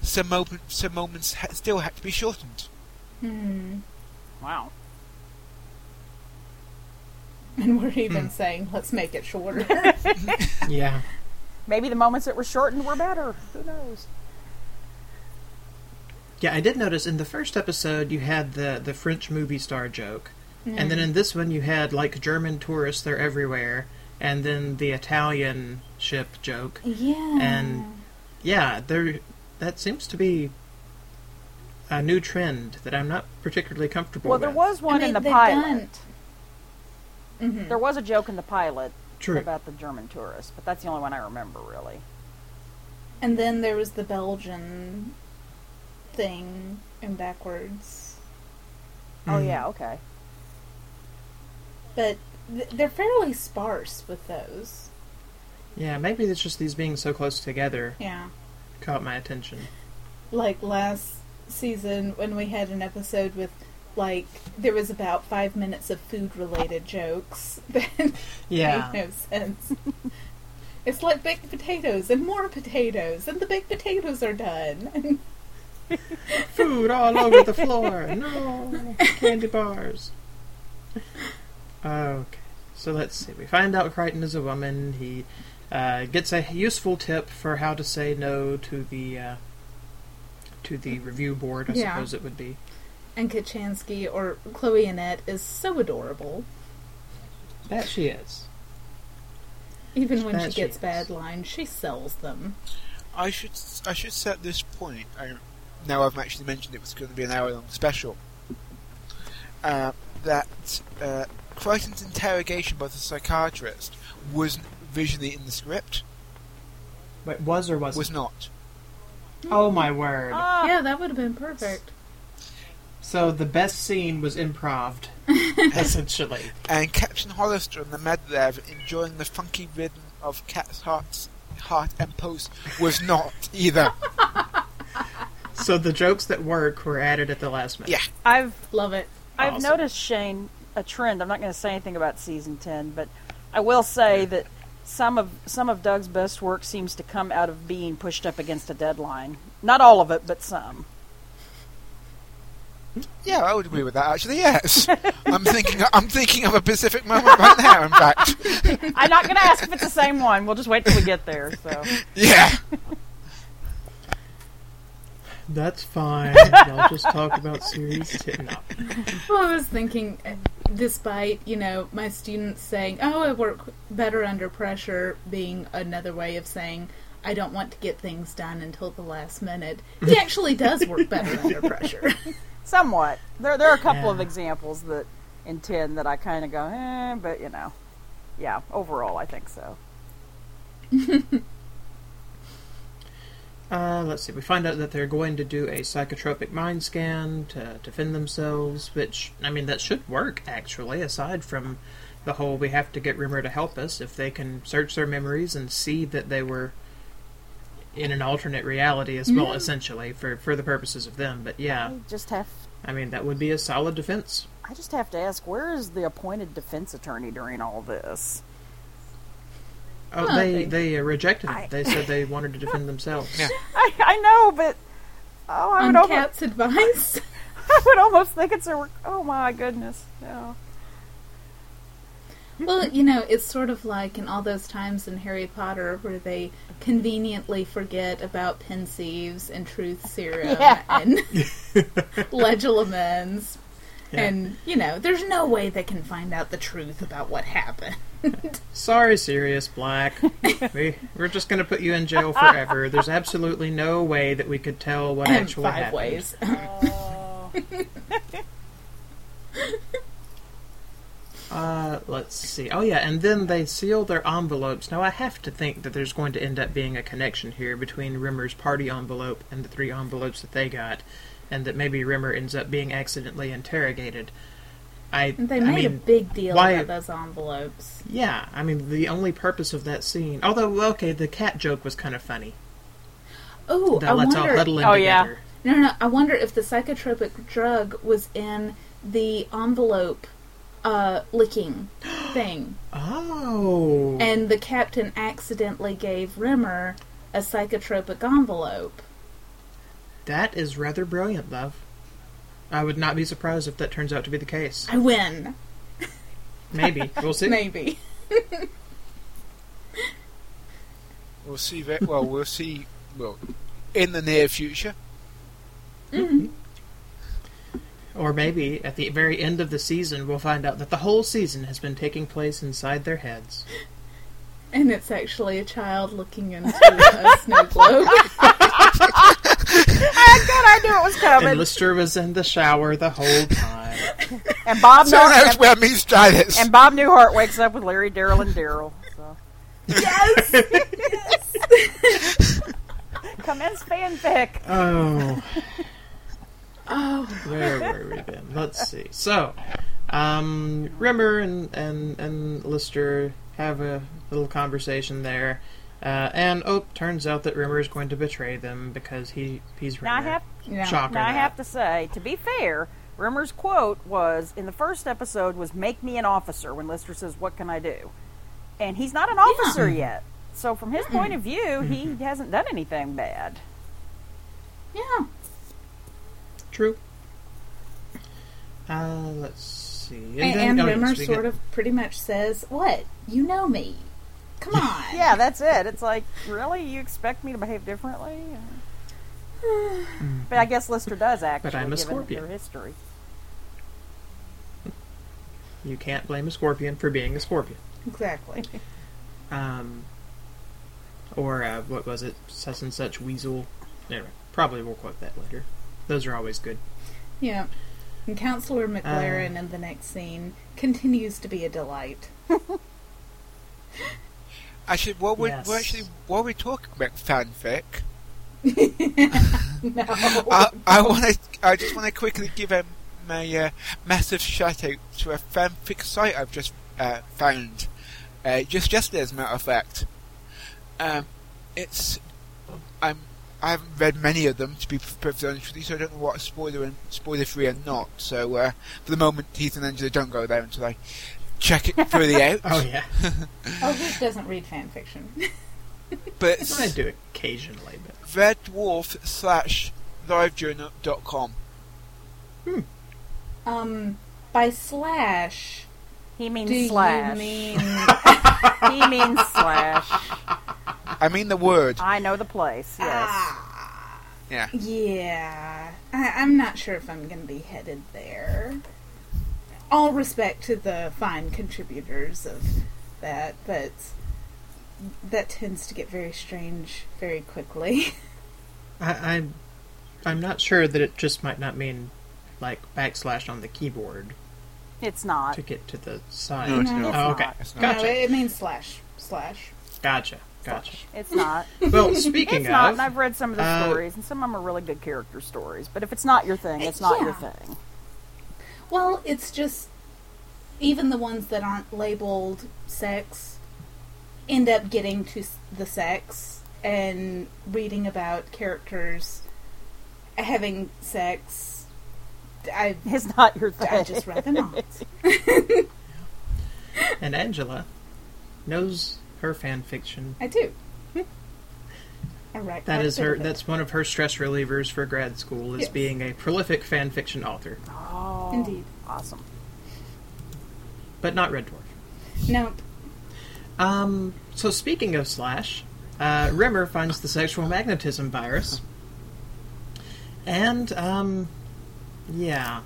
[SPEAKER 3] some, open, some moments ha- still had to be shortened.
[SPEAKER 2] Hmm.
[SPEAKER 4] Wow.
[SPEAKER 2] And we're even saying, let's make it shorter.
[SPEAKER 1] yeah,
[SPEAKER 4] Maybe the moments that were shortened were better. Who knows?
[SPEAKER 1] yeah. I did notice in the first episode you had the the French movie star joke, and
[SPEAKER 4] Hmm.
[SPEAKER 1] then in this one you had like German tourists they're everywhere, and then the Italian ship joke,
[SPEAKER 2] yeah.
[SPEAKER 1] and yeah, there that seems to be a new trend that I'm not particularly comfortable
[SPEAKER 4] Well,
[SPEAKER 1] with.
[SPEAKER 4] there was one
[SPEAKER 2] they-
[SPEAKER 4] in the
[SPEAKER 2] they've
[SPEAKER 4] pilot.
[SPEAKER 2] Mhm.
[SPEAKER 4] There was a joke in the pilot
[SPEAKER 1] True.
[SPEAKER 4] about the German tourist, but that's the only one I remember really.
[SPEAKER 2] And then there was the Belgian thing and backwards.
[SPEAKER 4] Oh
[SPEAKER 1] Mhm.
[SPEAKER 4] yeah, okay.
[SPEAKER 2] But th- they're fairly sparse with those.
[SPEAKER 1] Yeah, maybe it's just these being so close together
[SPEAKER 2] Yeah.
[SPEAKER 1] caught my attention.
[SPEAKER 2] like last season when we had an episode with like there was about five minutes of food related jokes that
[SPEAKER 1] Yeah.
[SPEAKER 2] made no sense. it's like baked potatoes and more potatoes and the baked potatoes are done.
[SPEAKER 1] Food all over the floor. No candy bars. Okay. So let's see. We find out Crichton is a woman. He uh, gets a useful tip for how to say no to the uh, to the review board. I
[SPEAKER 2] Yeah.
[SPEAKER 1] suppose it would be.
[SPEAKER 2] and Kachansky or Chloe Annette is so adorable.
[SPEAKER 1] That she is.
[SPEAKER 2] Even when
[SPEAKER 1] That
[SPEAKER 2] she
[SPEAKER 1] she
[SPEAKER 2] gets
[SPEAKER 1] is.
[SPEAKER 2] bad lines, she sells them.
[SPEAKER 3] I should I should say at this point. I, now I've actually mentioned it was going to be an hour long special. Uh, that uh, Crichton's interrogation by the psychiatrist was visually in the script.
[SPEAKER 1] Wait, was or wasn't?
[SPEAKER 3] Was not.
[SPEAKER 1] Oh my word.
[SPEAKER 4] Ah,
[SPEAKER 2] Yeah, that would have been perfect.
[SPEAKER 1] So the best scene was improved, essentially.
[SPEAKER 3] And Captain Hollister and the Medlev enjoying the funky rhythm of Cat's Heart's Heart and Pulse was not either.
[SPEAKER 1] So the jokes that work were added at the last minute.
[SPEAKER 3] Yeah.
[SPEAKER 4] I've
[SPEAKER 2] Love it.
[SPEAKER 4] I've
[SPEAKER 1] Awesome.
[SPEAKER 4] noticed Shane a trend. I'm not going to say anything about season ten, but I will say that some of some of Doug's best work seems to come out of being pushed up against a deadline. Not all of it, but some.
[SPEAKER 3] Yeah, I would agree with that actually, yes. I'm thinking I'm thinking of a specific moment right now, in fact.
[SPEAKER 4] I'm not going to ask if it's the same one. We'll just wait till we get there. So
[SPEAKER 3] Yeah.
[SPEAKER 1] That's fine. Y'all just talk about series two. No.
[SPEAKER 2] Well, I was thinking, uh, despite, you know, my students saying, oh, I work better under pressure, being another way of saying, I don't want to get things done until the last minute, he actually does work better under pressure.
[SPEAKER 4] somewhat. There there are a couple of
[SPEAKER 1] Yeah.
[SPEAKER 4] examples that in ten that I kind of go, eh, but you know, yeah. Overall, I think so.
[SPEAKER 1] Uh, let's see. We find out that they're going to do a psychotropic mind scan to defend themselves, which, I mean, that should work, actually, aside from the whole we have to get Rimmer to help us. If they can search their memories and see that they were in an alternate reality as well, essentially, for, for the purposes of them. But yeah,
[SPEAKER 4] I just have
[SPEAKER 1] I mean, that would be a solid defense.
[SPEAKER 4] I just have to ask, where is the appointed defense attorney during all this?
[SPEAKER 1] Oh,
[SPEAKER 2] Well,
[SPEAKER 1] they,
[SPEAKER 2] they-
[SPEAKER 1] they uh, rejected it.
[SPEAKER 4] I-
[SPEAKER 1] They said they wanted to defend themselves.
[SPEAKER 3] Yeah.
[SPEAKER 4] I, I know, but oh, I
[SPEAKER 2] On
[SPEAKER 4] would, almost,
[SPEAKER 2] Cat's advice,
[SPEAKER 4] I would almost think it's a. re- Oh my goodness, no.
[SPEAKER 2] well, you know, it's sort of like in all those times in Harry Potter where they conveniently forget about Pensieves and Truth Serum
[SPEAKER 4] Yeah.
[SPEAKER 2] and Legilimens.
[SPEAKER 1] Yeah.
[SPEAKER 2] And, you know, there's no way they can find out the truth about what happened.
[SPEAKER 1] Sorry, Sirius Black. we, we're just going to put you in jail forever. There's absolutely no way that we could tell what
[SPEAKER 2] in
[SPEAKER 1] actually
[SPEAKER 2] five
[SPEAKER 1] happened.
[SPEAKER 2] ways.
[SPEAKER 1] Uh, let's see. Oh, yeah, and then they seal their envelopes. Now, I have to think that there's going to end up being a connection here between Rimmer's party envelope and the three envelopes that they got, and that maybe Rimmer ends up being accidentally interrogated. I,
[SPEAKER 2] They
[SPEAKER 1] I
[SPEAKER 2] made a
[SPEAKER 1] mean,
[SPEAKER 2] big deal
[SPEAKER 1] why-
[SPEAKER 2] about those envelopes.
[SPEAKER 1] yeah, I mean, the only purpose of that scene. Although, okay, the cat joke was kind of funny.
[SPEAKER 2] Oh, I
[SPEAKER 1] That lets all
[SPEAKER 2] wonder.
[SPEAKER 1] huddle in
[SPEAKER 4] Oh, yeah.
[SPEAKER 1] together.
[SPEAKER 2] No, no, no. I wonder if the psychotropic drug was in the envelope uh, licking thing,
[SPEAKER 1] Oh.
[SPEAKER 2] and the captain accidentally gave Rimmer a psychotropic envelope.
[SPEAKER 1] That is rather brilliant, love. I would not be surprised if that turns out to be the case.
[SPEAKER 2] I win,
[SPEAKER 1] Maybe. We'll see.
[SPEAKER 2] maybe.
[SPEAKER 3] We'll see ve- well we'll see well in the near future.
[SPEAKER 1] Or maybe at the very end of the season, we'll find out that the whole season has been taking place inside their heads.
[SPEAKER 2] And it's actually a child looking into a snow globe.
[SPEAKER 4] I God, I knew it was coming.
[SPEAKER 1] And
[SPEAKER 4] And,
[SPEAKER 1] Lister was in the shower the whole time.
[SPEAKER 4] Bob
[SPEAKER 3] Someone
[SPEAKER 4] Newhart,
[SPEAKER 3] else
[SPEAKER 4] and,
[SPEAKER 3] where means Stylus.
[SPEAKER 4] and Bob Newhart wakes up with Larry, Daryl, and Daryl. So.
[SPEAKER 2] yes,
[SPEAKER 4] Commence fanfic.
[SPEAKER 1] Oh. oh. Where were we then? Let's see. So, um, Rimmer and, and, and Lister have a little conversation there. Uh, and oh, turns out that Rimmer is going to betray them because he he's Rimmer.
[SPEAKER 4] Now I have
[SPEAKER 2] Yeah.
[SPEAKER 1] Shocker!
[SPEAKER 4] now I
[SPEAKER 1] that.
[SPEAKER 4] have to say, to be fair, Rimmer's quote was in the first episode was "Make me an officer." When Lister says, "What can I do?" and he's not an officer yet, so from his point of view, he hasn't done anything bad.
[SPEAKER 2] yeah.
[SPEAKER 1] True. Uh, let's see. And,
[SPEAKER 2] And,
[SPEAKER 1] then-
[SPEAKER 2] and
[SPEAKER 1] oh, yes,
[SPEAKER 2] Rimmer
[SPEAKER 1] we
[SPEAKER 2] sort
[SPEAKER 1] get-
[SPEAKER 2] of pretty much says, What? You know me. Come on.
[SPEAKER 4] Yeah, that's it. It's like, really? You expect me to behave differently? but I guess Lister does actually,
[SPEAKER 1] I'm a
[SPEAKER 4] given
[SPEAKER 1] scorpion.
[SPEAKER 4] their history.
[SPEAKER 1] you can't blame a scorpion for being a scorpion.
[SPEAKER 2] Exactly.
[SPEAKER 1] Um, or uh, what was it? Such and such weasel. Anyway, probably we'll quote that later. Those are always good.
[SPEAKER 2] Yeah. And Counselor McLaren in the next scene continues to be a delight.
[SPEAKER 3] Actually, what we
[SPEAKER 1] Yes.
[SPEAKER 3] we're actually what we talking about fanfic?
[SPEAKER 2] No.
[SPEAKER 3] I, I want to. I just want to quickly give a my uh, massive shout out to a fanfic site I've just uh, found. Uh, just yesterday, as a matter of fact. Um, it's I'm I haven't read many of them to be perfectly honest with you, so I don't know what are spoiler and spoiler free and not. So uh, for the moment, Heath and Angela don't go there until I check it fully out.
[SPEAKER 1] Oh yeah,
[SPEAKER 2] oh, who doesn't read fan fiction?
[SPEAKER 3] But
[SPEAKER 1] That's
[SPEAKER 3] it's-
[SPEAKER 1] what I do occasionally. But
[SPEAKER 3] Red Dwarf slash livejournal.com.
[SPEAKER 2] Um, by slash,
[SPEAKER 4] He
[SPEAKER 2] do
[SPEAKER 4] means slash.
[SPEAKER 2] you mean?
[SPEAKER 4] he means slash.
[SPEAKER 3] I mean the word.
[SPEAKER 4] I know the place. Yes.
[SPEAKER 2] Ah,
[SPEAKER 3] Yeah.
[SPEAKER 2] yeah. I, I'm not sure if I'm going to be headed there. All respect to the fine contributors of that, but that tends to get very strange very quickly.
[SPEAKER 1] I, I'm I'm not sure that it just might not mean like backslash on the keyboard
[SPEAKER 4] It's not.
[SPEAKER 1] to get to the side.
[SPEAKER 3] No, it's
[SPEAKER 4] Mm-hmm.
[SPEAKER 2] No,
[SPEAKER 3] not.
[SPEAKER 1] oh, okay,
[SPEAKER 4] not.
[SPEAKER 3] It's not.
[SPEAKER 1] gotcha,
[SPEAKER 2] No, it, it means slash. Slash.
[SPEAKER 1] gotcha, gotcha.
[SPEAKER 4] It's not.
[SPEAKER 1] Well, speaking
[SPEAKER 4] it's
[SPEAKER 1] of,
[SPEAKER 4] not. And I've read some of the
[SPEAKER 1] uh,
[SPEAKER 4] stories, and some of them are really good character stories. But if it's not your thing, it's not your
[SPEAKER 2] Yeah.
[SPEAKER 4] thing.
[SPEAKER 2] Well, it's just even the ones that aren't labeled sex end up getting to s- the sex and reading about characters having sex. I
[SPEAKER 4] It's not your thing.
[SPEAKER 2] I just rather not.
[SPEAKER 1] and Angela knows her fan fiction.
[SPEAKER 2] I do. All right.
[SPEAKER 1] That is her. That's one of her stress relievers for grad school is
[SPEAKER 2] Yes.
[SPEAKER 1] being a prolific fan fiction author,
[SPEAKER 4] Oh,
[SPEAKER 2] Indeed.
[SPEAKER 4] Awesome.
[SPEAKER 1] but not Red Dwarf.
[SPEAKER 2] no.
[SPEAKER 1] Um, so speaking of Slash, uh, Rimmer finds the sexual magnetism virus, and um, yeah,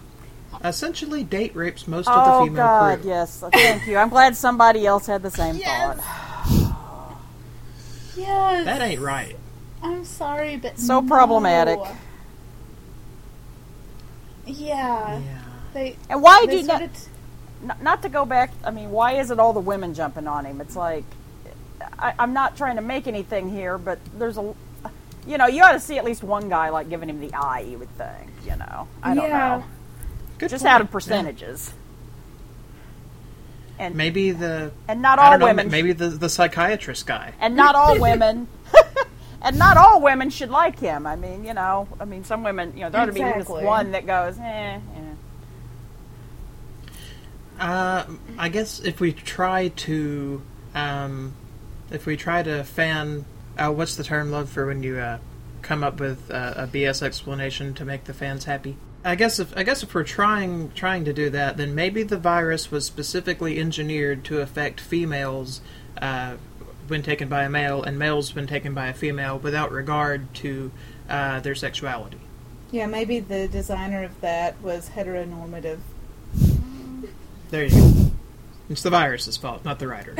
[SPEAKER 1] essentially date rapes most of
[SPEAKER 4] Oh
[SPEAKER 1] the female
[SPEAKER 4] God,
[SPEAKER 1] crew.
[SPEAKER 4] yes. Thank you. I'm glad somebody else had the same
[SPEAKER 2] Yes.
[SPEAKER 4] thought.
[SPEAKER 2] Yes.
[SPEAKER 1] That ain't right.
[SPEAKER 2] I'm sorry, but
[SPEAKER 4] So
[SPEAKER 2] no.
[SPEAKER 4] problematic.
[SPEAKER 2] Yeah.
[SPEAKER 1] Yeah.
[SPEAKER 2] They.
[SPEAKER 4] And why
[SPEAKER 2] they
[SPEAKER 4] do not,
[SPEAKER 2] started-
[SPEAKER 4] not not to go back? I mean, why is it all the women jumping on him? It's like I, I'm not trying to make anything here, but there's a you know you ought to see at least one guy like giving him the eye. You would think, you know. I don't
[SPEAKER 2] Yeah.
[SPEAKER 4] know.
[SPEAKER 1] Good
[SPEAKER 4] Just
[SPEAKER 1] point.
[SPEAKER 4] out of percentages.
[SPEAKER 1] Yeah.
[SPEAKER 4] And
[SPEAKER 1] Maybe the
[SPEAKER 4] and not
[SPEAKER 1] I
[SPEAKER 4] all
[SPEAKER 1] don't know,
[SPEAKER 4] women.
[SPEAKER 1] Maybe the the psychiatrist guy.
[SPEAKER 4] and not all women and not all women should like him i mean you know i mean some women you know there ought to be this
[SPEAKER 2] Exactly.
[SPEAKER 4] one that goes eh, eh.
[SPEAKER 1] Uh, I guess if we try to, um, if we try to fan, uh, what's the term love for when you uh, come up with uh, a BS explanation to make the fans happy? I guess if I guess if we're trying trying to do that, then maybe the virus was specifically engineered to affect females uh, when taken by a male and males when taken by a female without regard to uh, their sexuality.
[SPEAKER 2] Yeah, maybe the designer of that was heteronormative.
[SPEAKER 1] There you go. It's the virus's fault, not the writer.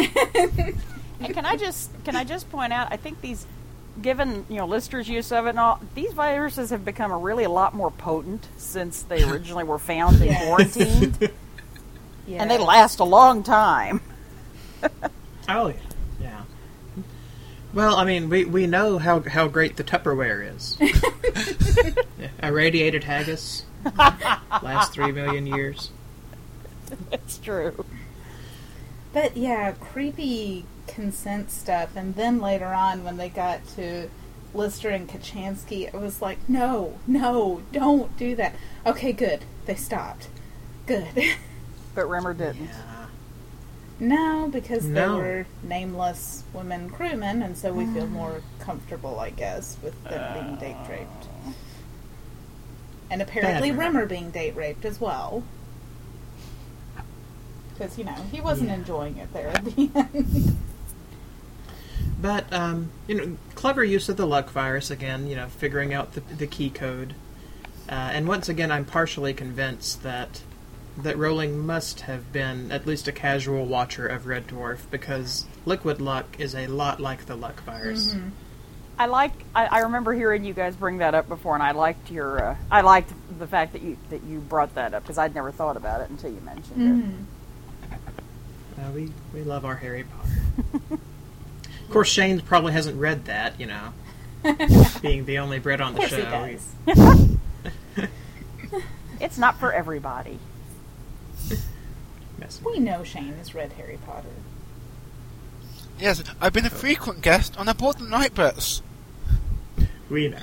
[SPEAKER 4] and can i just can i just point out i think these given you know lister's use of it and all these viruses have become a really a lot more potent since they originally were found and
[SPEAKER 2] Yes.
[SPEAKER 4] quarantined
[SPEAKER 2] Yeah.
[SPEAKER 4] and they last a long time
[SPEAKER 1] Oh yeah. yeah. Well, I mean, we, we know how how great the Tupperware is. Yeah, Irradiated haggis last three million years.
[SPEAKER 4] it's true
[SPEAKER 2] But yeah, creepy consent stuff. And then later on, when they got to Lister and Kachansky, it was like, no, no, don't do that. Okay, good. They stopped. Good.
[SPEAKER 4] but rimmer didn't
[SPEAKER 1] Yeah.
[SPEAKER 2] no, because
[SPEAKER 1] No.
[SPEAKER 2] they were nameless women crewmen, and so we feel more comfortable, I guess, with them being
[SPEAKER 1] Uh.
[SPEAKER 2] date raped. And apparently,
[SPEAKER 1] Rimmer.
[SPEAKER 2] Rimmer being date raped as well. Because, you know, he wasn't enjoying it there at the end.
[SPEAKER 1] But um, you know, clever use of the luck virus again. You know, figuring out the the key code. Uh, and once again, I'm partially convinced that that Rowling must have been at least a casual watcher of Red Dwarf because Liquid Luck is a lot like the Luck virus.
[SPEAKER 4] I like. I, I remember hearing you guys bring that up before, and I liked your. Uh, I liked the fact that you that you brought that up because I'd never thought about it until you mentioned
[SPEAKER 2] Mm-hmm.
[SPEAKER 4] it.
[SPEAKER 1] Uh, we, we love our Harry Potter. of course, Shane probably hasn't read that, you know, being the only Brit on
[SPEAKER 2] Of
[SPEAKER 1] the
[SPEAKER 2] course
[SPEAKER 1] show.
[SPEAKER 2] he does.
[SPEAKER 4] It's not for everybody.
[SPEAKER 1] we mess with
[SPEAKER 2] We know Shane has read Harry Potter.
[SPEAKER 3] Yes, I've been a frequent guest on Aboard the Nightbirds.
[SPEAKER 1] it. We know.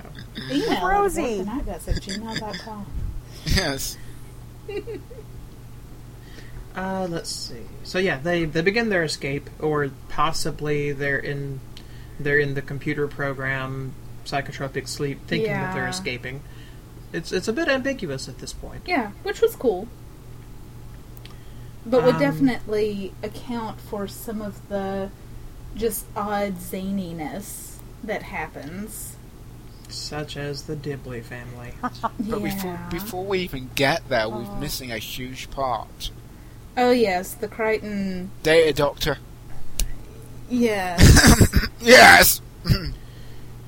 [SPEAKER 2] Email
[SPEAKER 4] Rosie.
[SPEAKER 2] at gmail.com.
[SPEAKER 3] Yes.
[SPEAKER 1] Uh, let's see. So yeah, they they begin their escape, or possibly they're in they're in the computer program psychotropic sleep, thinking that they're
[SPEAKER 2] Yeah.
[SPEAKER 1] escaping. It's it's a bit ambiguous at this point.
[SPEAKER 2] Yeah, which was cool. But would
[SPEAKER 1] Um,
[SPEAKER 2] definitely account for some of the just odd zaniness that happens.
[SPEAKER 1] Such as the Dibley family.
[SPEAKER 3] But before
[SPEAKER 2] Yeah.
[SPEAKER 3] before we even get there, we're
[SPEAKER 2] Oh.
[SPEAKER 3] missing a huge part.
[SPEAKER 2] Oh, yes, the Crichton.
[SPEAKER 3] Data Doctor.
[SPEAKER 2] Yes.
[SPEAKER 3] Yes.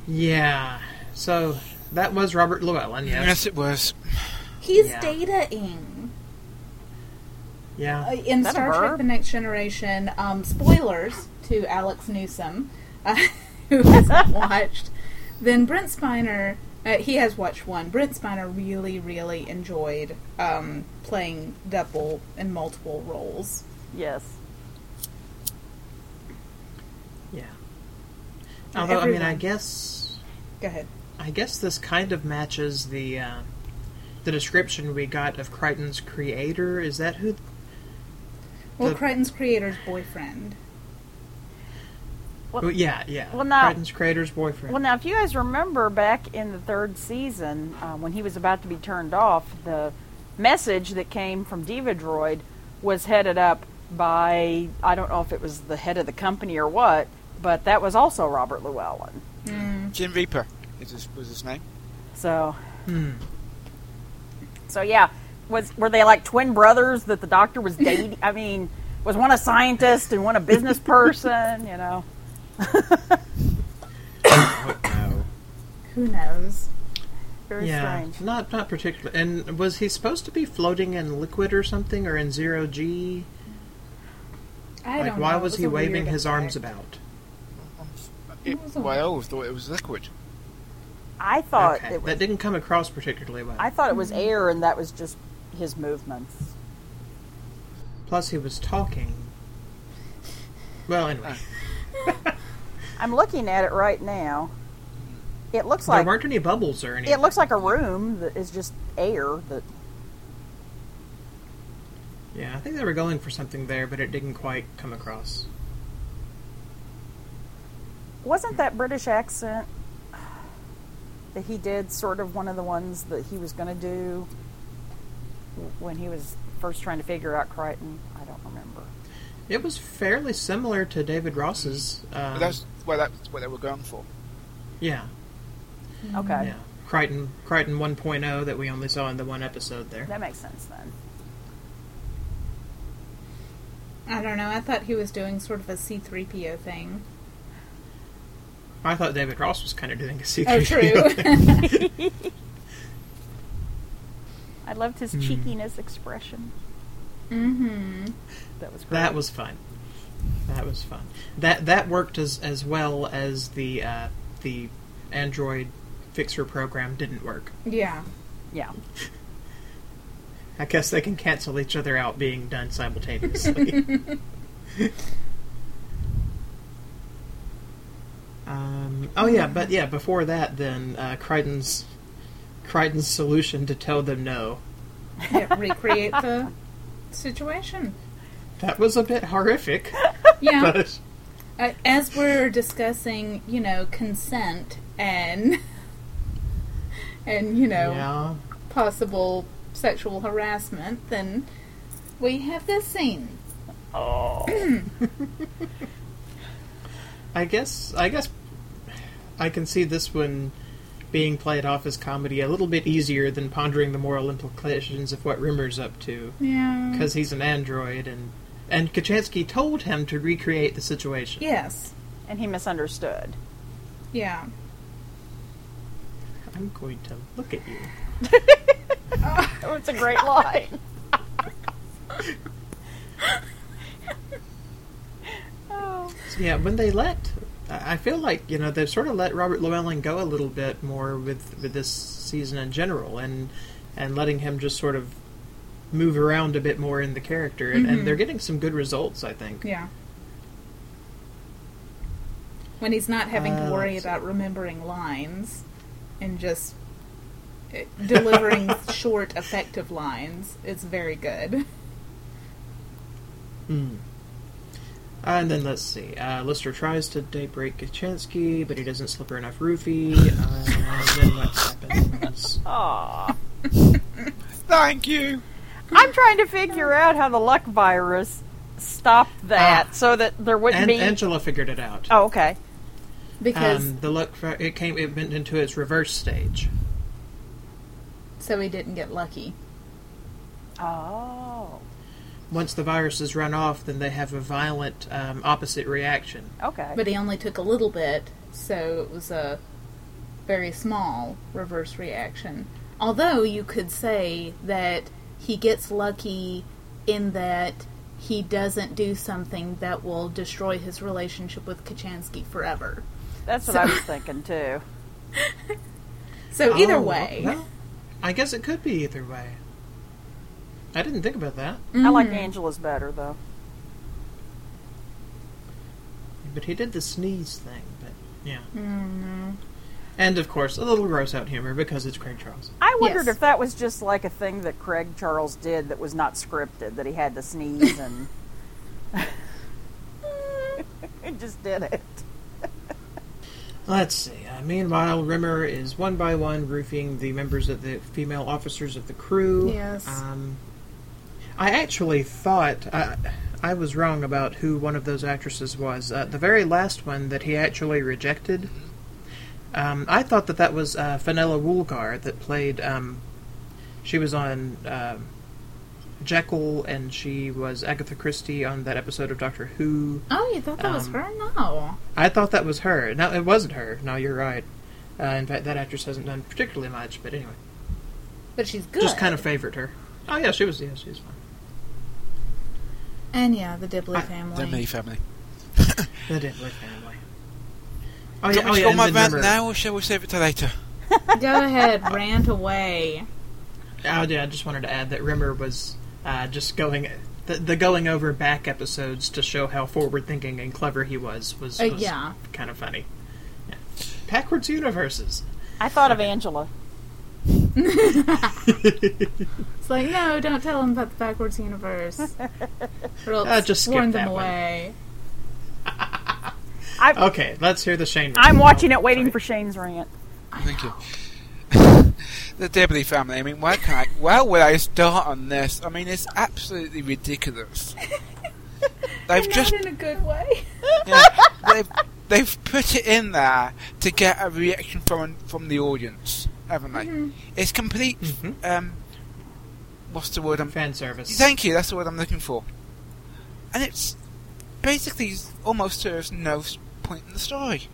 [SPEAKER 1] yeah. So that was Robert Llewellyn. Yes.
[SPEAKER 3] Yes, it was.
[SPEAKER 2] He's
[SPEAKER 1] Yeah.
[SPEAKER 2] dataing.
[SPEAKER 1] Yeah.
[SPEAKER 2] Uh, in
[SPEAKER 4] that a
[SPEAKER 2] Star
[SPEAKER 4] verb?
[SPEAKER 2] Trek The Next Generation, um, spoilers to Alex Newsom, uh, who hasn't watched, then Brent Spiner, uh, he has watched one. Brent Spiner really, really enjoyed um, playing double and multiple roles.
[SPEAKER 4] Yes.
[SPEAKER 1] Yeah.
[SPEAKER 2] For
[SPEAKER 1] Although, I mean, I
[SPEAKER 2] everyone.
[SPEAKER 1] guess
[SPEAKER 2] Go ahead.
[SPEAKER 1] I guess this kind of matches the uh, the description we got of Crichton's creator. Is that who?
[SPEAKER 2] Well,
[SPEAKER 1] The-
[SPEAKER 2] Crichton's creator's boyfriend.
[SPEAKER 1] oh, yeah, yeah.
[SPEAKER 4] Well, no.
[SPEAKER 1] Crichton's creator's boyfriend.
[SPEAKER 4] Well, now, if you guys remember back in the third season, uh, when he was about to be turned off, the message that came from Diva Droid was headed up by, I don't know if it was the head of the company or what, but that was also Robert Llewellyn.
[SPEAKER 2] Mm-hmm.
[SPEAKER 3] Jim Reaper is his, was his name.
[SPEAKER 4] So, so yeah, was were they like twin brothers that the doctor was dating? I mean, was one a scientist and one a business person? You know,
[SPEAKER 2] Who knows?
[SPEAKER 4] very
[SPEAKER 1] yeah,
[SPEAKER 4] strange.
[SPEAKER 1] not not particular. And was he supposed to be floating in liquid or something, or in zero g?
[SPEAKER 2] I
[SPEAKER 1] Like,
[SPEAKER 2] don't
[SPEAKER 1] why
[SPEAKER 2] know. It
[SPEAKER 1] was, he
[SPEAKER 2] a
[SPEAKER 1] waving
[SPEAKER 2] weird
[SPEAKER 1] his arms
[SPEAKER 2] effect.
[SPEAKER 1] about?
[SPEAKER 3] It,
[SPEAKER 2] Oh, was a-
[SPEAKER 3] well, I always thought it was liquid.
[SPEAKER 4] I thought
[SPEAKER 1] okay,
[SPEAKER 4] it was
[SPEAKER 1] that didn't Mm-hmm. come across particularly well.
[SPEAKER 4] I thought it was air, and that was just his movements.
[SPEAKER 1] Plus, he was talking. Well, anyway,
[SPEAKER 4] I'm looking at it right now. It looks
[SPEAKER 1] there
[SPEAKER 4] like
[SPEAKER 1] weren't any bubbles or anything.
[SPEAKER 4] it looks like a room that is just air. That
[SPEAKER 1] Yeah, I think they were going for something there, but it didn't quite come across.
[SPEAKER 4] wasn't that British accent that he did sort of one of the ones that he was going to do when he was first trying to figure out Crichton. I don't remember.
[SPEAKER 1] It was fairly similar to David Ross's.
[SPEAKER 3] But
[SPEAKER 1] Um,
[SPEAKER 3] that's well, that's what they were going for.
[SPEAKER 1] yeah,
[SPEAKER 4] Okay,
[SPEAKER 1] yeah. Crichton, Crichton 1.0 that we only saw in the one episode there.
[SPEAKER 4] that makes sense then.
[SPEAKER 2] I don't know. I thought he was doing sort of a C3PO thing.
[SPEAKER 1] I thought David Ross was kind of doing a
[SPEAKER 2] Oh,
[SPEAKER 1] secret.
[SPEAKER 2] true.
[SPEAKER 4] I loved
[SPEAKER 1] Hmm.
[SPEAKER 4] his cheekiness expression.
[SPEAKER 2] mm-hmm.
[SPEAKER 4] That was great.
[SPEAKER 1] that was fun. That was fun. That that worked as as well as the uh, the Android fixer program didn't work.
[SPEAKER 2] Yeah.
[SPEAKER 4] yeah.
[SPEAKER 1] I guess they can cancel each other out being done simultaneously. um, oh yeah, but yeah, before that, then uh, Crichton's Crichton's solution to tell them no
[SPEAKER 2] Yeah, recreate the situation.
[SPEAKER 1] that was a bit horrific,
[SPEAKER 2] Yeah.
[SPEAKER 1] but
[SPEAKER 2] Uh, as we're discussing, you know, consent and and you know
[SPEAKER 1] yeah,
[SPEAKER 2] possible sexual harassment, then we have this scene.
[SPEAKER 4] Oh.
[SPEAKER 1] I guess I guess I can see this one being played off as comedy a little bit easier than pondering the moral implications of what Rimmer's up to.
[SPEAKER 2] Yeah.
[SPEAKER 1] because he's an android, and and Kachansky told him to recreate the situation.
[SPEAKER 2] Yes.
[SPEAKER 4] and he misunderstood.
[SPEAKER 2] Yeah.
[SPEAKER 1] I'm going to look at you.
[SPEAKER 4] Oh, it's a great line. oh.
[SPEAKER 1] So, yeah, when they let, I I feel like you know they've sort of let Robert Llewellyn go a little bit more with with this season in general, and and letting him just sort of move around a bit more in the character, and, and they're getting some good results, I think.
[SPEAKER 2] Yeah. When he's not having
[SPEAKER 1] Uh,
[SPEAKER 2] to worry
[SPEAKER 1] let's-
[SPEAKER 2] about remembering lines and just eh, delivering short, effective lines, it's very
[SPEAKER 1] Um,
[SPEAKER 2] good.
[SPEAKER 1] Hmm. And then let's see. Uh, Lister tries to daybreak Kaczynski, but he doesn't slip her enough roofie. Uh, then what happens?
[SPEAKER 4] Aw.
[SPEAKER 3] Thank you.
[SPEAKER 4] I'm trying to figure out how the luck virus stopped that so that there wouldn't
[SPEAKER 1] Ah. An-
[SPEAKER 4] be.
[SPEAKER 1] Angela figured it out.
[SPEAKER 4] oh, okay.
[SPEAKER 2] Because
[SPEAKER 1] um, the luck fa- it came it went into its reverse stage.
[SPEAKER 2] so he didn't get lucky.
[SPEAKER 4] Oh,
[SPEAKER 1] Once the viruses run off, then they have a violent um, opposite reaction.
[SPEAKER 4] okay.
[SPEAKER 2] But he only took a little bit, so it was a very small reverse reaction. Although you could say that he gets lucky in that he doesn't do something that will destroy his relationship with Kachansky forever.
[SPEAKER 4] That's what I was thinking too.
[SPEAKER 2] So either
[SPEAKER 1] Oh,
[SPEAKER 2] way,
[SPEAKER 1] well, I guess it could be either way. I didn't think about that,
[SPEAKER 4] I
[SPEAKER 2] Mm.
[SPEAKER 4] like Angela's better though.
[SPEAKER 1] but he did the sneeze thing. But yeah,
[SPEAKER 2] Mm-hmm.
[SPEAKER 1] and of course a little gross out humor because it's Craig Charles.
[SPEAKER 4] I wondered
[SPEAKER 2] Yes.
[SPEAKER 4] if that was just like a thing that Craig Charles did that was not scripted, that he had to sneeze and he just did it.
[SPEAKER 1] Let's see. Uh, meanwhile, Rimmer is one by one roofing the members of the female officers of the crew.
[SPEAKER 2] Yes.
[SPEAKER 1] Um, I actually thought I, I was wrong about who one of those actresses was. Uh, the very last one that he actually rejected. Um, I thought that that was uh, Fenella Woolgar that played. Um, she was on um Jekyll, and she was Agatha Christie on that episode of Doctor Who.
[SPEAKER 2] oh, you thought that was
[SPEAKER 1] Um,
[SPEAKER 2] her? No.
[SPEAKER 1] I thought that was her. No, it wasn't her. No, you're right. Uh, in fact, that actress hasn't done particularly much, but anyway,
[SPEAKER 2] But she's good.
[SPEAKER 1] just kind of favored her. Oh yeah, she was. Yeah, she was fine.
[SPEAKER 2] And yeah, the Dibley
[SPEAKER 1] I-
[SPEAKER 2] family.
[SPEAKER 3] The me family.
[SPEAKER 1] The Diddler family. Oh
[SPEAKER 3] Do
[SPEAKER 1] yeah, oh
[SPEAKER 3] you want me
[SPEAKER 1] yeah.
[SPEAKER 3] to go
[SPEAKER 1] and
[SPEAKER 3] on my
[SPEAKER 1] then
[SPEAKER 3] rant
[SPEAKER 1] remember-
[SPEAKER 3] now, or shall we save it till later?
[SPEAKER 2] Go ahead, rant away.
[SPEAKER 1] Oh yeah, I just wanted to add that Rimmer was uh, just going the, the going over back episodes to show how forward thinking and clever he was was,
[SPEAKER 2] Uh,
[SPEAKER 1] was
[SPEAKER 2] yeah.
[SPEAKER 1] kind of funny. Yeah. Backwards universes.
[SPEAKER 4] I thought of Angela.
[SPEAKER 2] It's like, no, don't tell them about the backwards universe. or else
[SPEAKER 1] Uh, just skip
[SPEAKER 2] warn them
[SPEAKER 1] that one.
[SPEAKER 2] away. Oh.
[SPEAKER 1] Okay, let's hear the Shane.
[SPEAKER 4] I'm
[SPEAKER 1] rant.
[SPEAKER 4] watching it, waiting for Shane's rant.
[SPEAKER 3] Thank you. the Dibley family. I mean, why can I? Why would I start on this? I mean, it's absolutely ridiculous. They've just
[SPEAKER 2] in a good way.
[SPEAKER 3] yeah, they've they've put it in there to get a reaction from from the audience, haven't they? It's complete.
[SPEAKER 1] Mhm.
[SPEAKER 3] Um, what's the word? I'm
[SPEAKER 1] fan service.
[SPEAKER 3] Thank you. That's the word I'm looking for. And it's basically almost serves no s- point in the story.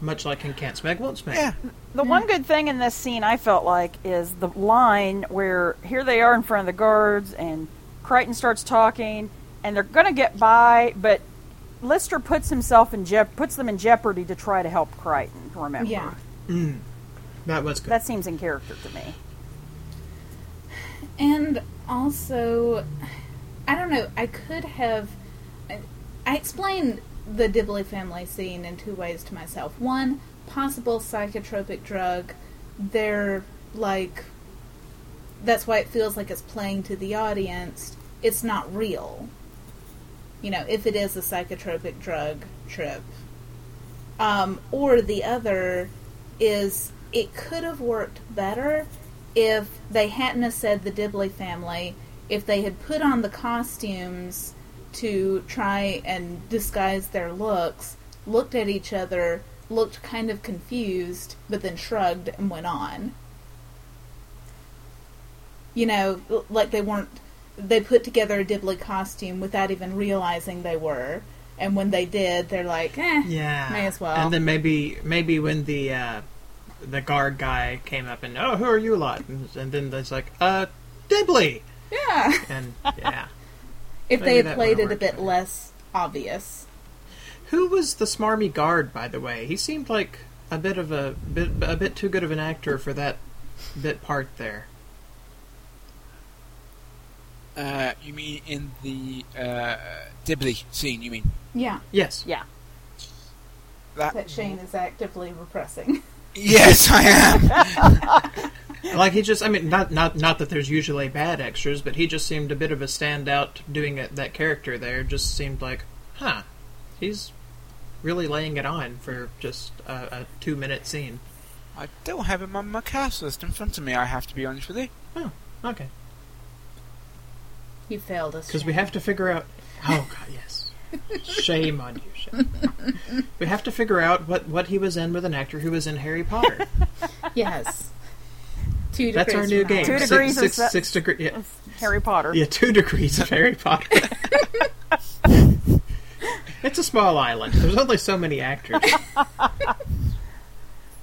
[SPEAKER 1] Much like in Can't Smeg, Won't Smeg.
[SPEAKER 3] Yeah.
[SPEAKER 4] The one good thing in this scene I felt like is the line where here they are in front of the guards and Crichton starts talking and they're going to get by, but Lister puts himself in je- puts them in jeopardy to try to help Crichton. Remember,
[SPEAKER 2] Yeah.
[SPEAKER 1] That was good.
[SPEAKER 4] that seems in character to me.
[SPEAKER 2] And also, I don't know, I could have. I- I explained the Dibley family scene in two ways to myself. One, possible psychotropic drug. They're like. That's why it feels like it's playing to the audience. It's not real. You know, if it is a psychotropic drug trip. Um, or the other is it could have worked better if they hadn't have said the Dibley family, if they had put on the costumes to try and disguise their looks, looked at each other, looked kind of confused, but then shrugged and went on. You know, l- like they weren't, they put together a Dibley costume without even realizing they were. And when they did, they're like, eh,
[SPEAKER 1] Yeah,
[SPEAKER 2] may as well.
[SPEAKER 1] And then maybe maybe when the uh, the guard guy came up and, oh, who are you lot? And, and then it's like, uh, Dibley!
[SPEAKER 2] Yeah.
[SPEAKER 1] And yeah.
[SPEAKER 2] If
[SPEAKER 1] Maybe
[SPEAKER 2] they had
[SPEAKER 1] that
[SPEAKER 2] played it
[SPEAKER 1] would've
[SPEAKER 2] a
[SPEAKER 1] worked
[SPEAKER 2] bit less obvious.
[SPEAKER 1] Who was the smarmy guard, by the way? He seemed like a bit of a bit a bit too good of an actor for that bit part there.
[SPEAKER 3] Uh, you mean in the uh, Dibley scene? You mean
[SPEAKER 2] Yeah.
[SPEAKER 1] Yes.
[SPEAKER 4] Yeah.
[SPEAKER 3] that?
[SPEAKER 2] That Shane is actively repressing.
[SPEAKER 3] Yes, I am.
[SPEAKER 1] Like he just I mean not not not that there's usually bad extras, but he just seemed a bit of a standout doing it, that character there. Just seemed like, huh, he's really laying it on for just a, a two minute scene.
[SPEAKER 3] I don't have him on my cast list in front of me. I have to be honest with you.
[SPEAKER 1] Okay.
[SPEAKER 2] You failed us.
[SPEAKER 1] Because we
[SPEAKER 2] Shane.
[SPEAKER 1] have to figure out. Oh God, yes. Shame on you, Shane. We have to figure out what what he was in with an actor who was in Harry Potter.
[SPEAKER 2] Yes. Two
[SPEAKER 1] That's our
[SPEAKER 2] degrees
[SPEAKER 1] new game.
[SPEAKER 2] from now on.
[SPEAKER 4] Two degrees of
[SPEAKER 1] six,
[SPEAKER 4] se-
[SPEAKER 1] six, six degree. Yeah,
[SPEAKER 4] Harry Potter.
[SPEAKER 1] yeah, two degrees of Harry Potter. it's a small island. There's only so many actors.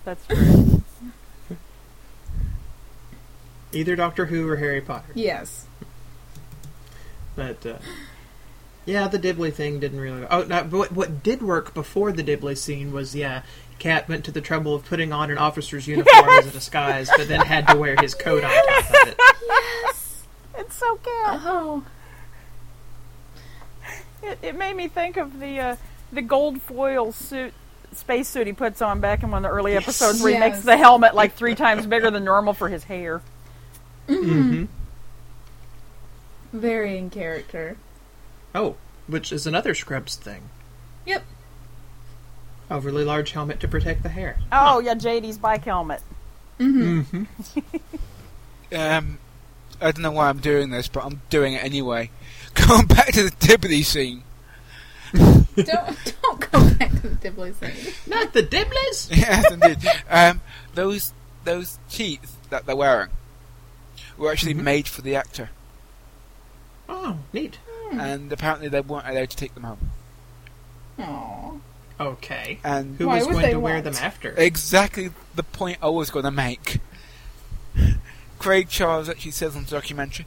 [SPEAKER 4] That's true.
[SPEAKER 1] Either Doctor Who or Harry Potter.
[SPEAKER 2] Yes.
[SPEAKER 1] But uh, yeah, the Dibley thing didn't really. Oh, no, but what, what did work before the Dibley scene was yeah, Cat went to the trouble of putting on an officer's uniform as a disguise, but then had to wear his coat on top of it.
[SPEAKER 2] Yes.
[SPEAKER 4] It's so cute.
[SPEAKER 2] Oh.
[SPEAKER 4] Uh-huh. It, it made me think of the uh, the gold foil suit space suit he puts on back in one of the early episodes where he
[SPEAKER 2] Yes.
[SPEAKER 4] makes the helmet like three times bigger than normal for his hair.
[SPEAKER 1] Mm-hmm.
[SPEAKER 2] Very in character.
[SPEAKER 1] Oh, which is another Scrubs thing.
[SPEAKER 2] Yep.
[SPEAKER 1] Overly large helmet to protect the hair.
[SPEAKER 4] Oh yeah, JD's bike helmet.
[SPEAKER 1] Mm-hmm.
[SPEAKER 3] Um, I don't know why I'm doing this, but I'm doing it anyway. Going back to the Dibley scene.
[SPEAKER 2] don't don't go back to the Dibley scene.
[SPEAKER 1] Not the Dibleys.
[SPEAKER 3] yes, indeed. Um, those those teeth that they're wearing were actually
[SPEAKER 1] Mhm.
[SPEAKER 3] made for the actor,
[SPEAKER 1] Oh, neat.
[SPEAKER 3] and apparently they weren't allowed to take them home.
[SPEAKER 2] Aw.
[SPEAKER 1] Okay.
[SPEAKER 3] And
[SPEAKER 1] Who
[SPEAKER 2] Why
[SPEAKER 1] was
[SPEAKER 2] would
[SPEAKER 1] going
[SPEAKER 2] they
[SPEAKER 1] to wear
[SPEAKER 2] want-
[SPEAKER 1] them after?
[SPEAKER 3] exactly the point I was going to make. Craig Charles actually says on the documentary,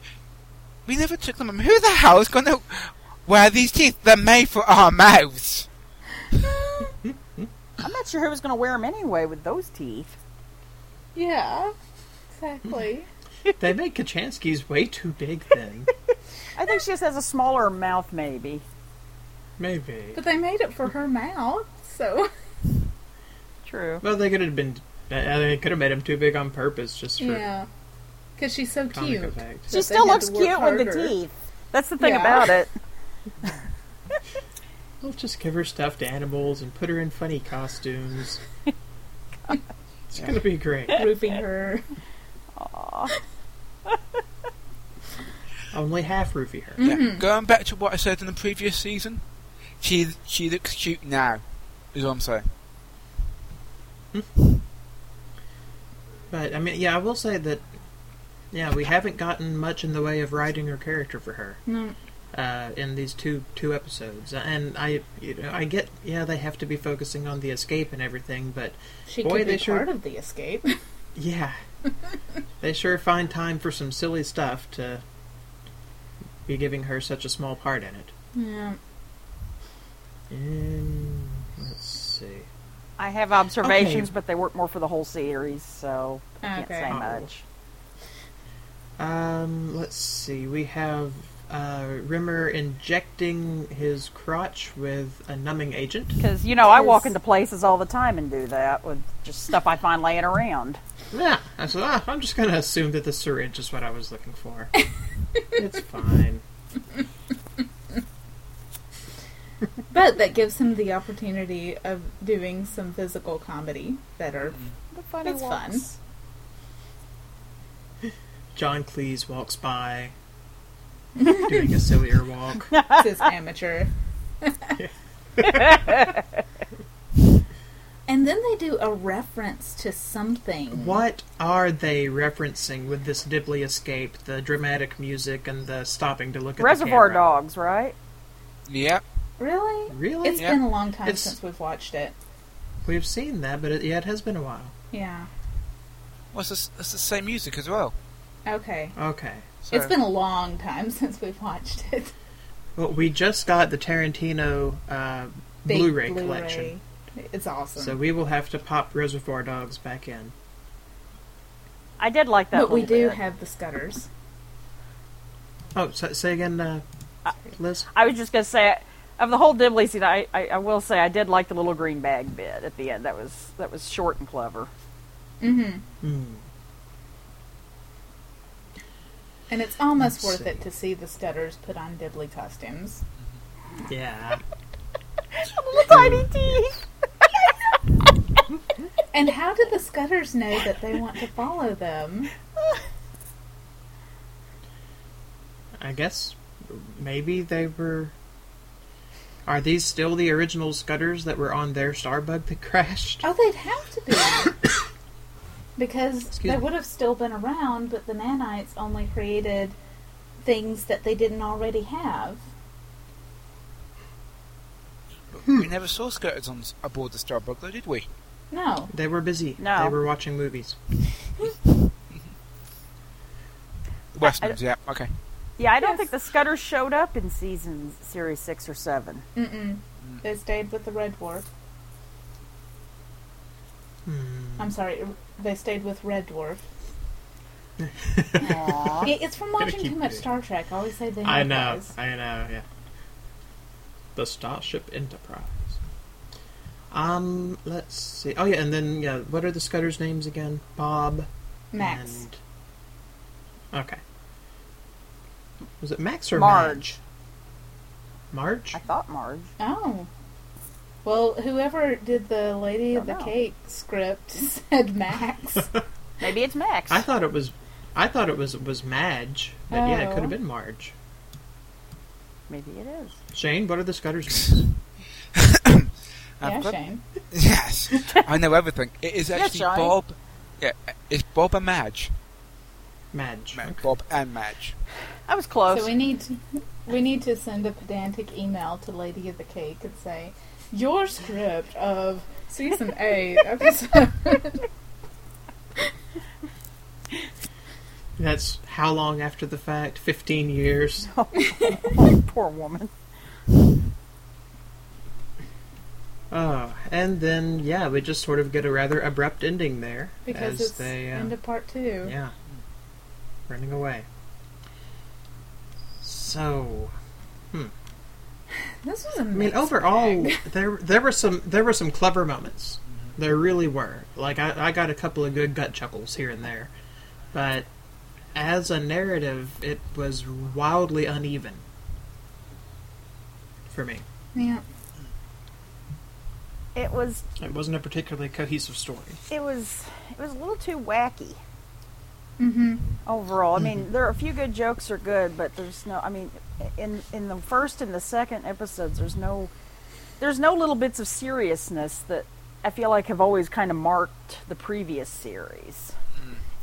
[SPEAKER 3] "We never took them home. Who the hell is going to wear these teeth? They're made for our mouths."
[SPEAKER 4] I'm not sure who was going to wear them anyway with those teeth.
[SPEAKER 2] Yeah. Exactly.
[SPEAKER 1] they make Kachansky's way too big then.
[SPEAKER 4] I think she just has a smaller mouth, maybe.
[SPEAKER 1] Maybe.
[SPEAKER 2] But they made it for her mouth, so
[SPEAKER 4] True.
[SPEAKER 1] Well, they could have been. uh, They could have made him too big on purpose, just for
[SPEAKER 2] yeah. Because she's so
[SPEAKER 1] comic
[SPEAKER 2] cute.
[SPEAKER 1] effect.
[SPEAKER 2] So
[SPEAKER 4] She
[SPEAKER 2] they
[SPEAKER 4] still
[SPEAKER 2] had
[SPEAKER 4] looks
[SPEAKER 2] to work
[SPEAKER 4] cute with the
[SPEAKER 2] harder.
[SPEAKER 4] teeth. That's the thing
[SPEAKER 2] Yeah.
[SPEAKER 4] about it.
[SPEAKER 1] We'll just give her stuffed animals and put her in funny costumes. it's gonna be great.
[SPEAKER 2] Roofing her.
[SPEAKER 1] Only half roofie her.
[SPEAKER 2] Mm-hmm.
[SPEAKER 3] Yeah. Going back to what I said in the previous season, she she looks cute now. Is what I'm saying.
[SPEAKER 1] But I mean, yeah, I will say that. Yeah, we haven't gotten much in the way of writing her character for her
[SPEAKER 2] No.
[SPEAKER 1] uh, in these two two episodes, and I you know, I get yeah they have to be focusing on the escape and everything, but
[SPEAKER 2] She
[SPEAKER 1] Boy,
[SPEAKER 2] could
[SPEAKER 1] they
[SPEAKER 2] be
[SPEAKER 1] sure-
[SPEAKER 2] part of the escape.
[SPEAKER 1] yeah, they sure find time for some silly stuff to be giving her such a small part in it.
[SPEAKER 2] yeah.
[SPEAKER 1] And let's see.
[SPEAKER 4] I have observations,
[SPEAKER 1] Okay.
[SPEAKER 4] but they work more for the whole series, so I can't
[SPEAKER 2] Okay.
[SPEAKER 4] say
[SPEAKER 1] Oh.
[SPEAKER 4] much.
[SPEAKER 1] Um, let's see. We have uh, Rimmer injecting his crotch with a numbing agent.
[SPEAKER 4] Because, you know, I walk
[SPEAKER 2] Yes.
[SPEAKER 4] into places all the time and do that with just stuff I find laying around.
[SPEAKER 1] Yeah, I said, ah, I'm just gonna assume that the syringe is what I was looking for. it's fine.
[SPEAKER 2] But that gives him the opportunity of doing some physical comedy that are It's fun. walks.
[SPEAKER 1] John Cleese walks by, doing a sillier walk.
[SPEAKER 2] his amateur. and then they do a reference to something.
[SPEAKER 1] What are they referencing with this Dibley escape? The dramatic music and the stopping to look at
[SPEAKER 4] Reservoir
[SPEAKER 1] the camera?
[SPEAKER 4] Dogs, right?
[SPEAKER 3] Yeah.
[SPEAKER 2] Really?
[SPEAKER 1] Really?
[SPEAKER 2] It's
[SPEAKER 3] Yeah.
[SPEAKER 2] been a long time
[SPEAKER 1] It's-
[SPEAKER 2] since we've watched it.
[SPEAKER 1] We've seen that, but it, yeah, it has been a while.
[SPEAKER 2] Yeah.
[SPEAKER 3] Well, it's, the- it's the same music as well.
[SPEAKER 2] Okay.
[SPEAKER 1] Okay.
[SPEAKER 3] So,
[SPEAKER 2] It's been a long time since we've watched it.
[SPEAKER 1] Well, we just got the Tarantino uh,
[SPEAKER 2] Big
[SPEAKER 1] Blu-ray, collection,
[SPEAKER 2] It's awesome.
[SPEAKER 1] so we will have to pop Reservoir Dogs back in.
[SPEAKER 4] I did like that.
[SPEAKER 2] but we
[SPEAKER 4] little
[SPEAKER 2] do
[SPEAKER 4] bit.
[SPEAKER 2] have the Scudders.
[SPEAKER 1] Oh, so, say again, uh, Liz.
[SPEAKER 4] I was just gonna say, of the whole Dibley scene, I, I, I will say I did like the little green bag bit at the end. That was that was short and clever.
[SPEAKER 2] Mm-hmm.
[SPEAKER 1] Hmm.
[SPEAKER 2] And it's almost
[SPEAKER 1] Let's
[SPEAKER 2] worth it
[SPEAKER 1] see.
[SPEAKER 2] to see the Scudders put on Dibley costumes.
[SPEAKER 1] Yeah.
[SPEAKER 4] little tiny teeth.
[SPEAKER 2] And how do the Scudders know that they want to follow them?
[SPEAKER 1] I guess maybe they were. Are these still the original Scudders that were on their Starbug that crashed?
[SPEAKER 2] Oh, they'd have to be. because
[SPEAKER 1] Excuse
[SPEAKER 2] they
[SPEAKER 1] me.
[SPEAKER 2] would have still been around, but the nanites only created things that they didn't already have.
[SPEAKER 3] we
[SPEAKER 2] Hmm.
[SPEAKER 3] never saw skirters on s- aboard the Starbuck, though, did we?
[SPEAKER 2] No.
[SPEAKER 1] They were busy.
[SPEAKER 4] No.
[SPEAKER 1] They were watching movies.
[SPEAKER 3] Westmans, yeah. Okay.
[SPEAKER 4] Yeah, I don't
[SPEAKER 2] Yes.
[SPEAKER 4] think the Scudder showed up in seasons series six or seven.
[SPEAKER 2] Mm-mm. They stayed with the Red Dwarf.
[SPEAKER 1] Hmm.
[SPEAKER 2] I'm sorry, they stayed with Red Dwarf.
[SPEAKER 4] Aw.
[SPEAKER 2] It- It's from
[SPEAKER 1] Gotta
[SPEAKER 2] watching
[SPEAKER 1] keep
[SPEAKER 2] too much
[SPEAKER 1] it.
[SPEAKER 2] Star Trek. I always say they
[SPEAKER 1] I know.
[SPEAKER 2] guys.
[SPEAKER 1] I know. Yeah. The Starship Enterprise. Um. Let's see. Oh yeah. And then yeah. What are the Scudders' names again? Bob. Hmm.
[SPEAKER 2] Max.
[SPEAKER 1] And... Okay. Was it Max or
[SPEAKER 4] Marge.
[SPEAKER 1] Marge?
[SPEAKER 4] I thought Marge.
[SPEAKER 2] Oh. Well, whoever did the Lady of the
[SPEAKER 4] Don't know.
[SPEAKER 2] Cake script said Max.
[SPEAKER 4] Maybe it's Max.
[SPEAKER 1] I thought it was. I thought it was was Madge, but yeah, it could
[SPEAKER 2] Oh.
[SPEAKER 1] have been Marge.
[SPEAKER 4] Maybe it is.
[SPEAKER 1] Shane, what are the Scudders' names?
[SPEAKER 2] yeah,
[SPEAKER 3] I've got-
[SPEAKER 2] Shane.
[SPEAKER 3] Yes, I know everything. It is
[SPEAKER 4] Yes,
[SPEAKER 3] actually
[SPEAKER 4] Johnny.
[SPEAKER 3] Bob. Yeah, it's Bob and Madge.
[SPEAKER 1] Madge.
[SPEAKER 3] Ma-
[SPEAKER 1] Okay.
[SPEAKER 3] Bob and Madge.
[SPEAKER 4] I was close.
[SPEAKER 2] So we need to, we need to send a pedantic email to Lady of the Cake and say, "Your script of season eight episode."
[SPEAKER 1] That's how long after the fact? Fifteen years.
[SPEAKER 4] Poor woman.
[SPEAKER 1] Oh, and then yeah, we just sort of get a rather abrupt ending there
[SPEAKER 2] because
[SPEAKER 1] as
[SPEAKER 2] it's
[SPEAKER 1] they uh,
[SPEAKER 2] end of part two.
[SPEAKER 1] yeah running away. So
[SPEAKER 2] This was a
[SPEAKER 1] I mean, overall, there there were some there were some clever moments. There really were. Like I, I got a couple of good gut chuckles here and there, but as a narrative, it was wildly uneven for me.
[SPEAKER 2] Yeah.
[SPEAKER 4] It was
[SPEAKER 1] It wasn't a particularly cohesive story.
[SPEAKER 4] it was it was a little too wacky
[SPEAKER 2] Mm-hmm.
[SPEAKER 4] overall. I mean, there are a few good jokes are good, but there's no. I mean, in in the first and the second episodes, there's no there's no little bits of seriousness that I feel like have always kind of marked the previous series.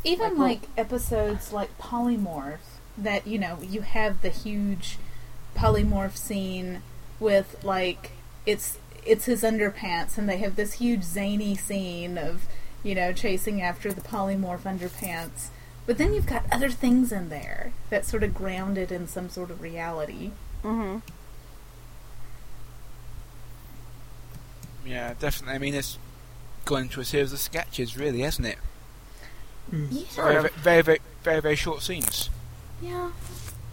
[SPEAKER 2] Even
[SPEAKER 4] Like,
[SPEAKER 2] like episodes like Polymorph, that you know you have the huge polymorph scene with like it's it's his underpants, and they have this huge zany scene of you know chasing after the polymorph underpants. But then you've got other things in there that's sort of grounded in some sort of reality.
[SPEAKER 4] Mm-hmm.
[SPEAKER 3] Yeah, definitely. I mean, it's gone into a series of sketches, really, hasn't it?
[SPEAKER 2] Yeah,
[SPEAKER 3] Very, very, very, very, very short scenes.
[SPEAKER 2] yeah,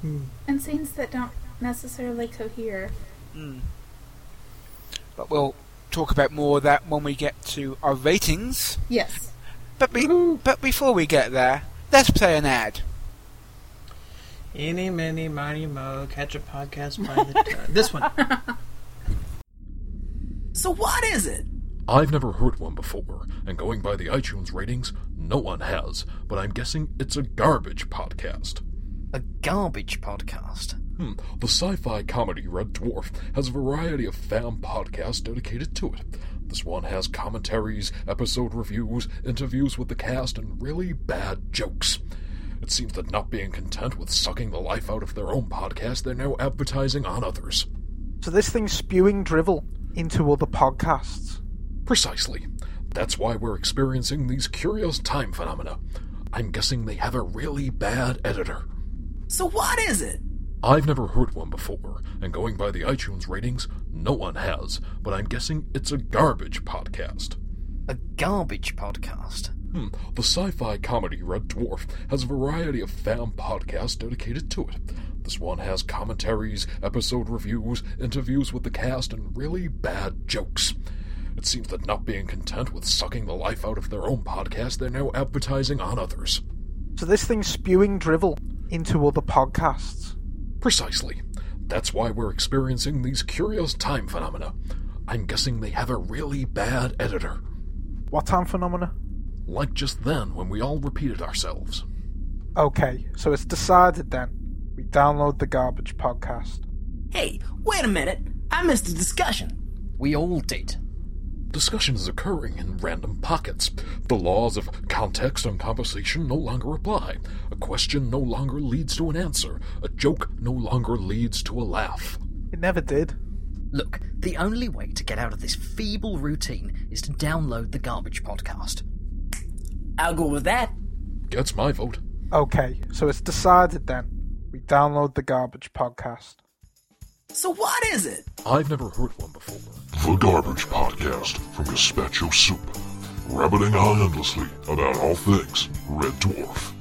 [SPEAKER 1] Hmm.
[SPEAKER 2] and scenes that don't necessarily cohere.
[SPEAKER 3] Mm. But we'll talk about more of that when we get to our ratings.
[SPEAKER 2] Yes.
[SPEAKER 3] But be, but before we get there, let's play an ad.
[SPEAKER 1] Any, mini, mighty, mo, catch a podcast by the time. this one.
[SPEAKER 5] So what is it?
[SPEAKER 6] I've never heard one before, and going by the iTunes ratings, no one has, but I'm guessing it's a garbage podcast.
[SPEAKER 5] A garbage podcast.
[SPEAKER 6] Hmm, the sci fi comedy Red Dwarf has a variety of fan podcasts dedicated to it. This one has commentaries, episode reviews, interviews with the cast, and really bad jokes. It seems that not being content with sucking the life out of their own podcast, they're now advertising on others.
[SPEAKER 7] So this thing's spewing drivel into other podcasts.
[SPEAKER 6] Precisely. That's why we're experiencing these curious time phenomena. I'm guessing they have a really bad editor.
[SPEAKER 5] So what is it?
[SPEAKER 6] I've never heard one before, and going by the iTunes ratings, no one has, but I'm guessing it's a garbage podcast.
[SPEAKER 5] A garbage podcast.
[SPEAKER 6] Hmm, the sci fi comedy Red Dwarf has a variety of fan podcasts dedicated to it. This one has commentaries, episode reviews, interviews with the cast, and really bad jokes. It seems that not being content with sucking the life out of their own podcast, they're now advertising on others.
[SPEAKER 7] So this thing's spewing drivel into other podcasts.
[SPEAKER 6] Precisely. That's why we're experiencing these curious time phenomena. I'm guessing they have a really bad editor.
[SPEAKER 7] What time phenomena?
[SPEAKER 6] Like just then when we all repeated ourselves.
[SPEAKER 7] Okay, so it's decided then. We download the garbage podcast.
[SPEAKER 5] Hey, wait a minute. I missed a discussion. We all did.
[SPEAKER 6] Discussion is occurring in random pockets. The laws of context and conversation no longer apply. A question no longer leads to an answer. A joke no longer leads to a laugh.
[SPEAKER 7] It never did.
[SPEAKER 5] Look, the only way to get out of this feeble routine is to download the garbage podcast. I'll go with that.
[SPEAKER 6] Gets my vote.
[SPEAKER 7] Okay, so it's decided then. We download the garbage podcast.
[SPEAKER 5] So what is it?
[SPEAKER 6] I've never heard one before.
[SPEAKER 8] The Garbage Podcast from Gazpacho Soup. Rabbiting on endlessly about all things Red Dwarf.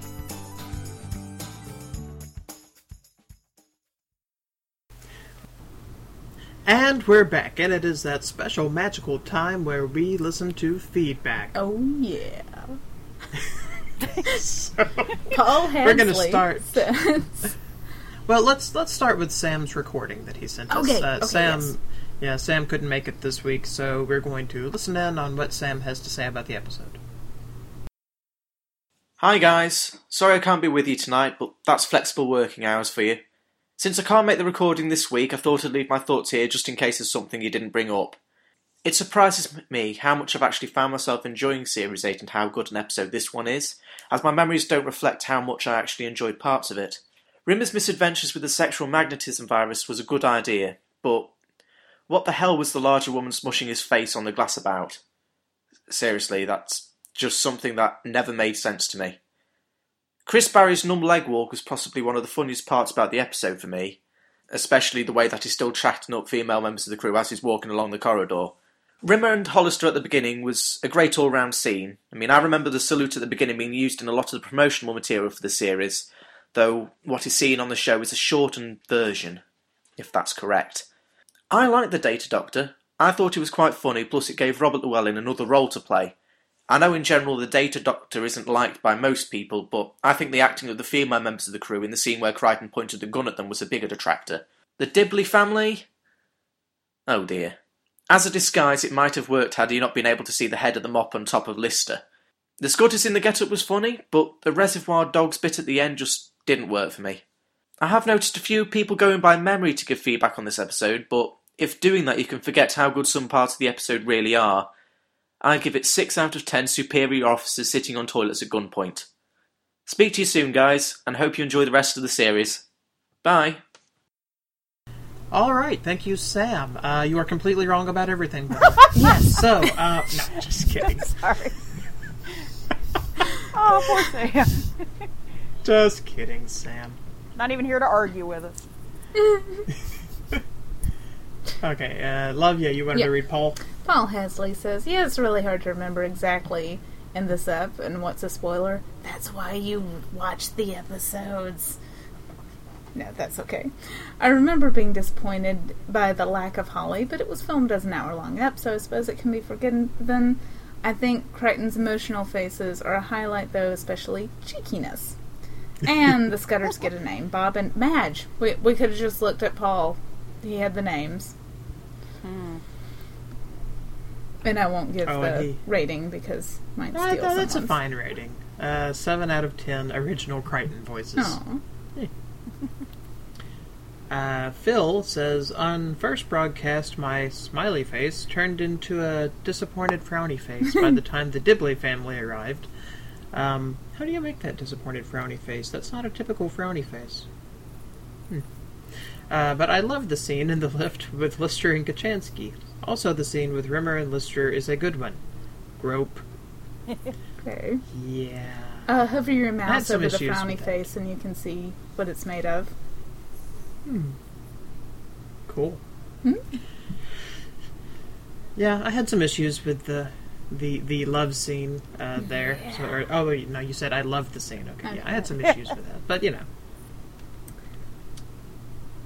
[SPEAKER 1] And we're back, and it is that special magical time where we listen to feedback.
[SPEAKER 2] Oh yeah.
[SPEAKER 1] So-
[SPEAKER 2] Paul Hensley.
[SPEAKER 1] We're gonna start.
[SPEAKER 2] says-
[SPEAKER 1] Well, let's let's start with Sam's recording that he sent us.
[SPEAKER 2] Okay,
[SPEAKER 1] Uh,
[SPEAKER 2] okay,
[SPEAKER 1] Sam,
[SPEAKER 2] yes.
[SPEAKER 1] yeah, Sam couldn't make it this week, so we're going to listen in on what Sam has to say about the episode.
[SPEAKER 9] Hi guys, sorry I can't be with you tonight, but that's flexible working hours for you. Since I can't make the recording this week, I thought I'd leave my thoughts here just in case there's something you didn't bring up. It surprises m- me how much I've actually found myself enjoying Series 8 and how good an episode this one is, as my memories don't reflect how much I actually enjoyed parts of it. Rimmer's misadventures with the sexual magnetism virus was a good idea, but what the hell was the larger woman smushing his face on the glass about? Seriously, that's just something that never made sense to me. Chris Barry's numb leg walk was possibly one of the funniest parts about the episode for me, especially the way that he's still chatting up female members of the crew as he's walking along the corridor. Rimmer and Hollister at the beginning was a great all round scene. I mean, I remember the salute at the beginning being used in a lot of the promotional material for the series, though what is seen on the show is a shortened version, if that's correct. I liked the Data Doctor. I thought it was quite funny, plus it gave Robert Llewellyn another role to play. I know in general the Data Doctor isn't liked by most people, but I think the acting of the female members of the crew in the scene where Crichton pointed the gun at them was a bigger detractor. The Dibley family? Oh dear. As a disguise, it might have worked had he not been able to see the head of the mop on top of Lister. The Scottish in the get up was funny, but the reservoir dogs bit at the end just didn't work for me. I have noticed a few people going by memory to give feedback on this episode, but if doing that, you can forget how good some parts of the episode really are. I give it 6 out of 10 superior officers sitting on toilets at gunpoint. Speak to you soon, guys, and hope you enjoy the rest of the series. Bye.
[SPEAKER 1] All right, thank you, Sam. Uh, you are completely wrong about everything. brother. So, uh, no, just kidding.
[SPEAKER 4] Sorry. oh, poor Sam.
[SPEAKER 1] Just kidding, Sam.
[SPEAKER 4] Not even here to argue with us.
[SPEAKER 1] Okay, uh, love you. You wanted
[SPEAKER 2] Yeah.
[SPEAKER 1] to read Paul?
[SPEAKER 2] Paul Hensley says, Yeah, it's really hard to remember exactly in this up and what's a spoiler. That's why you watch the episodes. No, that's okay. I remember being disappointed by the lack of Holly, but it was filmed as an hour long up, so I suppose it can be forgiven. I think Crichton's emotional faces are a highlight, though, especially cheekiness. And the Scudders get a name Bob and Madge. We, we could have just looked at Paul, he had the names. And I won't give
[SPEAKER 1] Hmm. Oh, and
[SPEAKER 2] the
[SPEAKER 1] he-
[SPEAKER 2] rating because might
[SPEAKER 1] Uh,
[SPEAKER 2] steal
[SPEAKER 1] no, that's a
[SPEAKER 2] someone's.
[SPEAKER 1] fine rating. Uh, seven out of ten original Crichton voices.
[SPEAKER 2] Aw.
[SPEAKER 1] Uh, Phil says, on first broadcast, my smiley face turned into a disappointed frowny face by the time the Dibley family arrived. Um, how do you make that disappointed frowny face? That's not a typical frowny face. Hmm. Uh, but I love the scene in the lift with Lister and Kachansky. Also, the scene with Rimmer and Lister is a good one. rope.
[SPEAKER 2] Okay.
[SPEAKER 1] Yeah.
[SPEAKER 2] Uh, hover your
[SPEAKER 1] had
[SPEAKER 2] mouse
[SPEAKER 1] some
[SPEAKER 2] over the
[SPEAKER 1] issues
[SPEAKER 2] frowny
[SPEAKER 1] with that.
[SPEAKER 2] face and you can see what it's made of.
[SPEAKER 1] Cool. Hmm? Yeah, I had some issues with the the the love scene uh, there. So, or, oh wait, no, you said I loved the scene. Okay, yeah, I had some issues with that, but you know,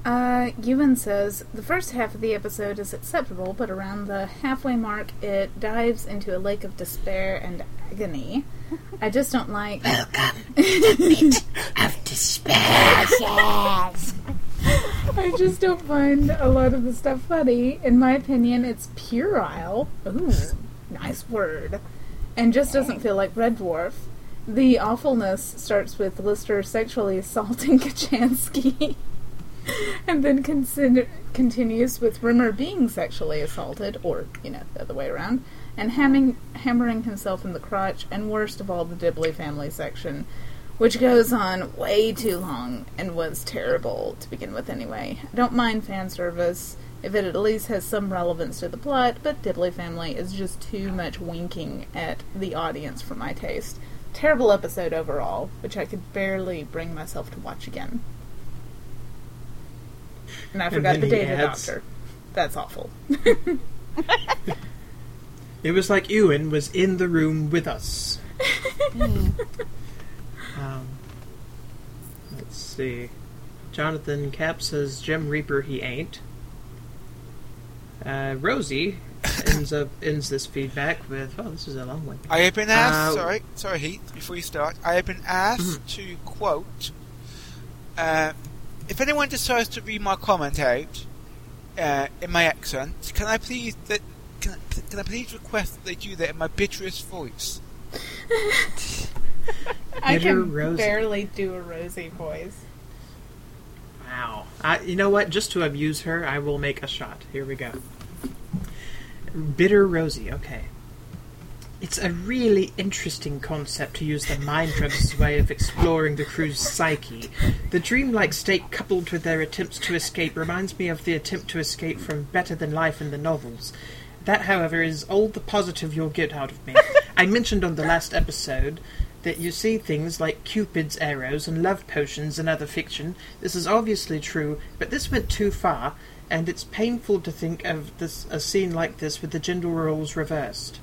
[SPEAKER 2] Uh, Ewan says the first half of the episode is acceptable, but around the halfway mark, it dives into a lake of despair and agony. I just don't like.
[SPEAKER 5] Of despair.
[SPEAKER 2] I just don't find a lot of the stuff funny. In my opinion, it's puerile. Ooh, nice word. And just doesn't feel like Red Dwarf. The awfulness starts with Lister sexually assaulting Kachansky. and then consider- continues with Rimmer being sexually assaulted, or, you know, the other way around, and hamming- hammering himself in the crotch, and worst of all, the Dibley family section, which goes on way too long and was terrible to begin with anyway. I don't mind fan service if it at least has some relevance to the plot, but Dibley family is just too much winking at the audience for my taste. Terrible episode overall, which I could barely bring myself to watch again. And I
[SPEAKER 1] And
[SPEAKER 2] forgot
[SPEAKER 1] then
[SPEAKER 2] the
[SPEAKER 1] he
[SPEAKER 2] data
[SPEAKER 1] adds-
[SPEAKER 2] doctor. That's awful.
[SPEAKER 1] it was like Ewan was in the room with us. um, let's see. Jonathan Cap says Gem Reaper he ain't. Uh, Rosie ends up ends this feedback with oh this is a long one.
[SPEAKER 3] I have been asked.
[SPEAKER 1] Uh,
[SPEAKER 3] sorry, sorry, Heath. Before you start, I have been asked
[SPEAKER 7] Mm-hmm.
[SPEAKER 3] to quote. Uh, if anyone decides to read my comment out uh, in my accent, can I please that can, I- can I please request that they do that in my bitterest voice?
[SPEAKER 2] I
[SPEAKER 1] Bitter
[SPEAKER 2] can
[SPEAKER 1] Rosie.
[SPEAKER 2] barely do a rosy voice.
[SPEAKER 1] Wow. I, you know what? Just to abuse her, I will make a shot. Here we go. Bitter Rosie, okay. It's a really interesting concept to use the mind drugs as a way of exploring the crew's psyche. The dreamlike state coupled with their attempts to escape reminds me of the attempt to escape from Better Than Life in the novels. That, however, is all the positive you'll get out of me. I mentioned on the last episode that you see things like Cupid's arrows and love potions in other fiction. This is obviously true, but this went too far, and it's painful to think of this, a scene like this with the gender roles reversed.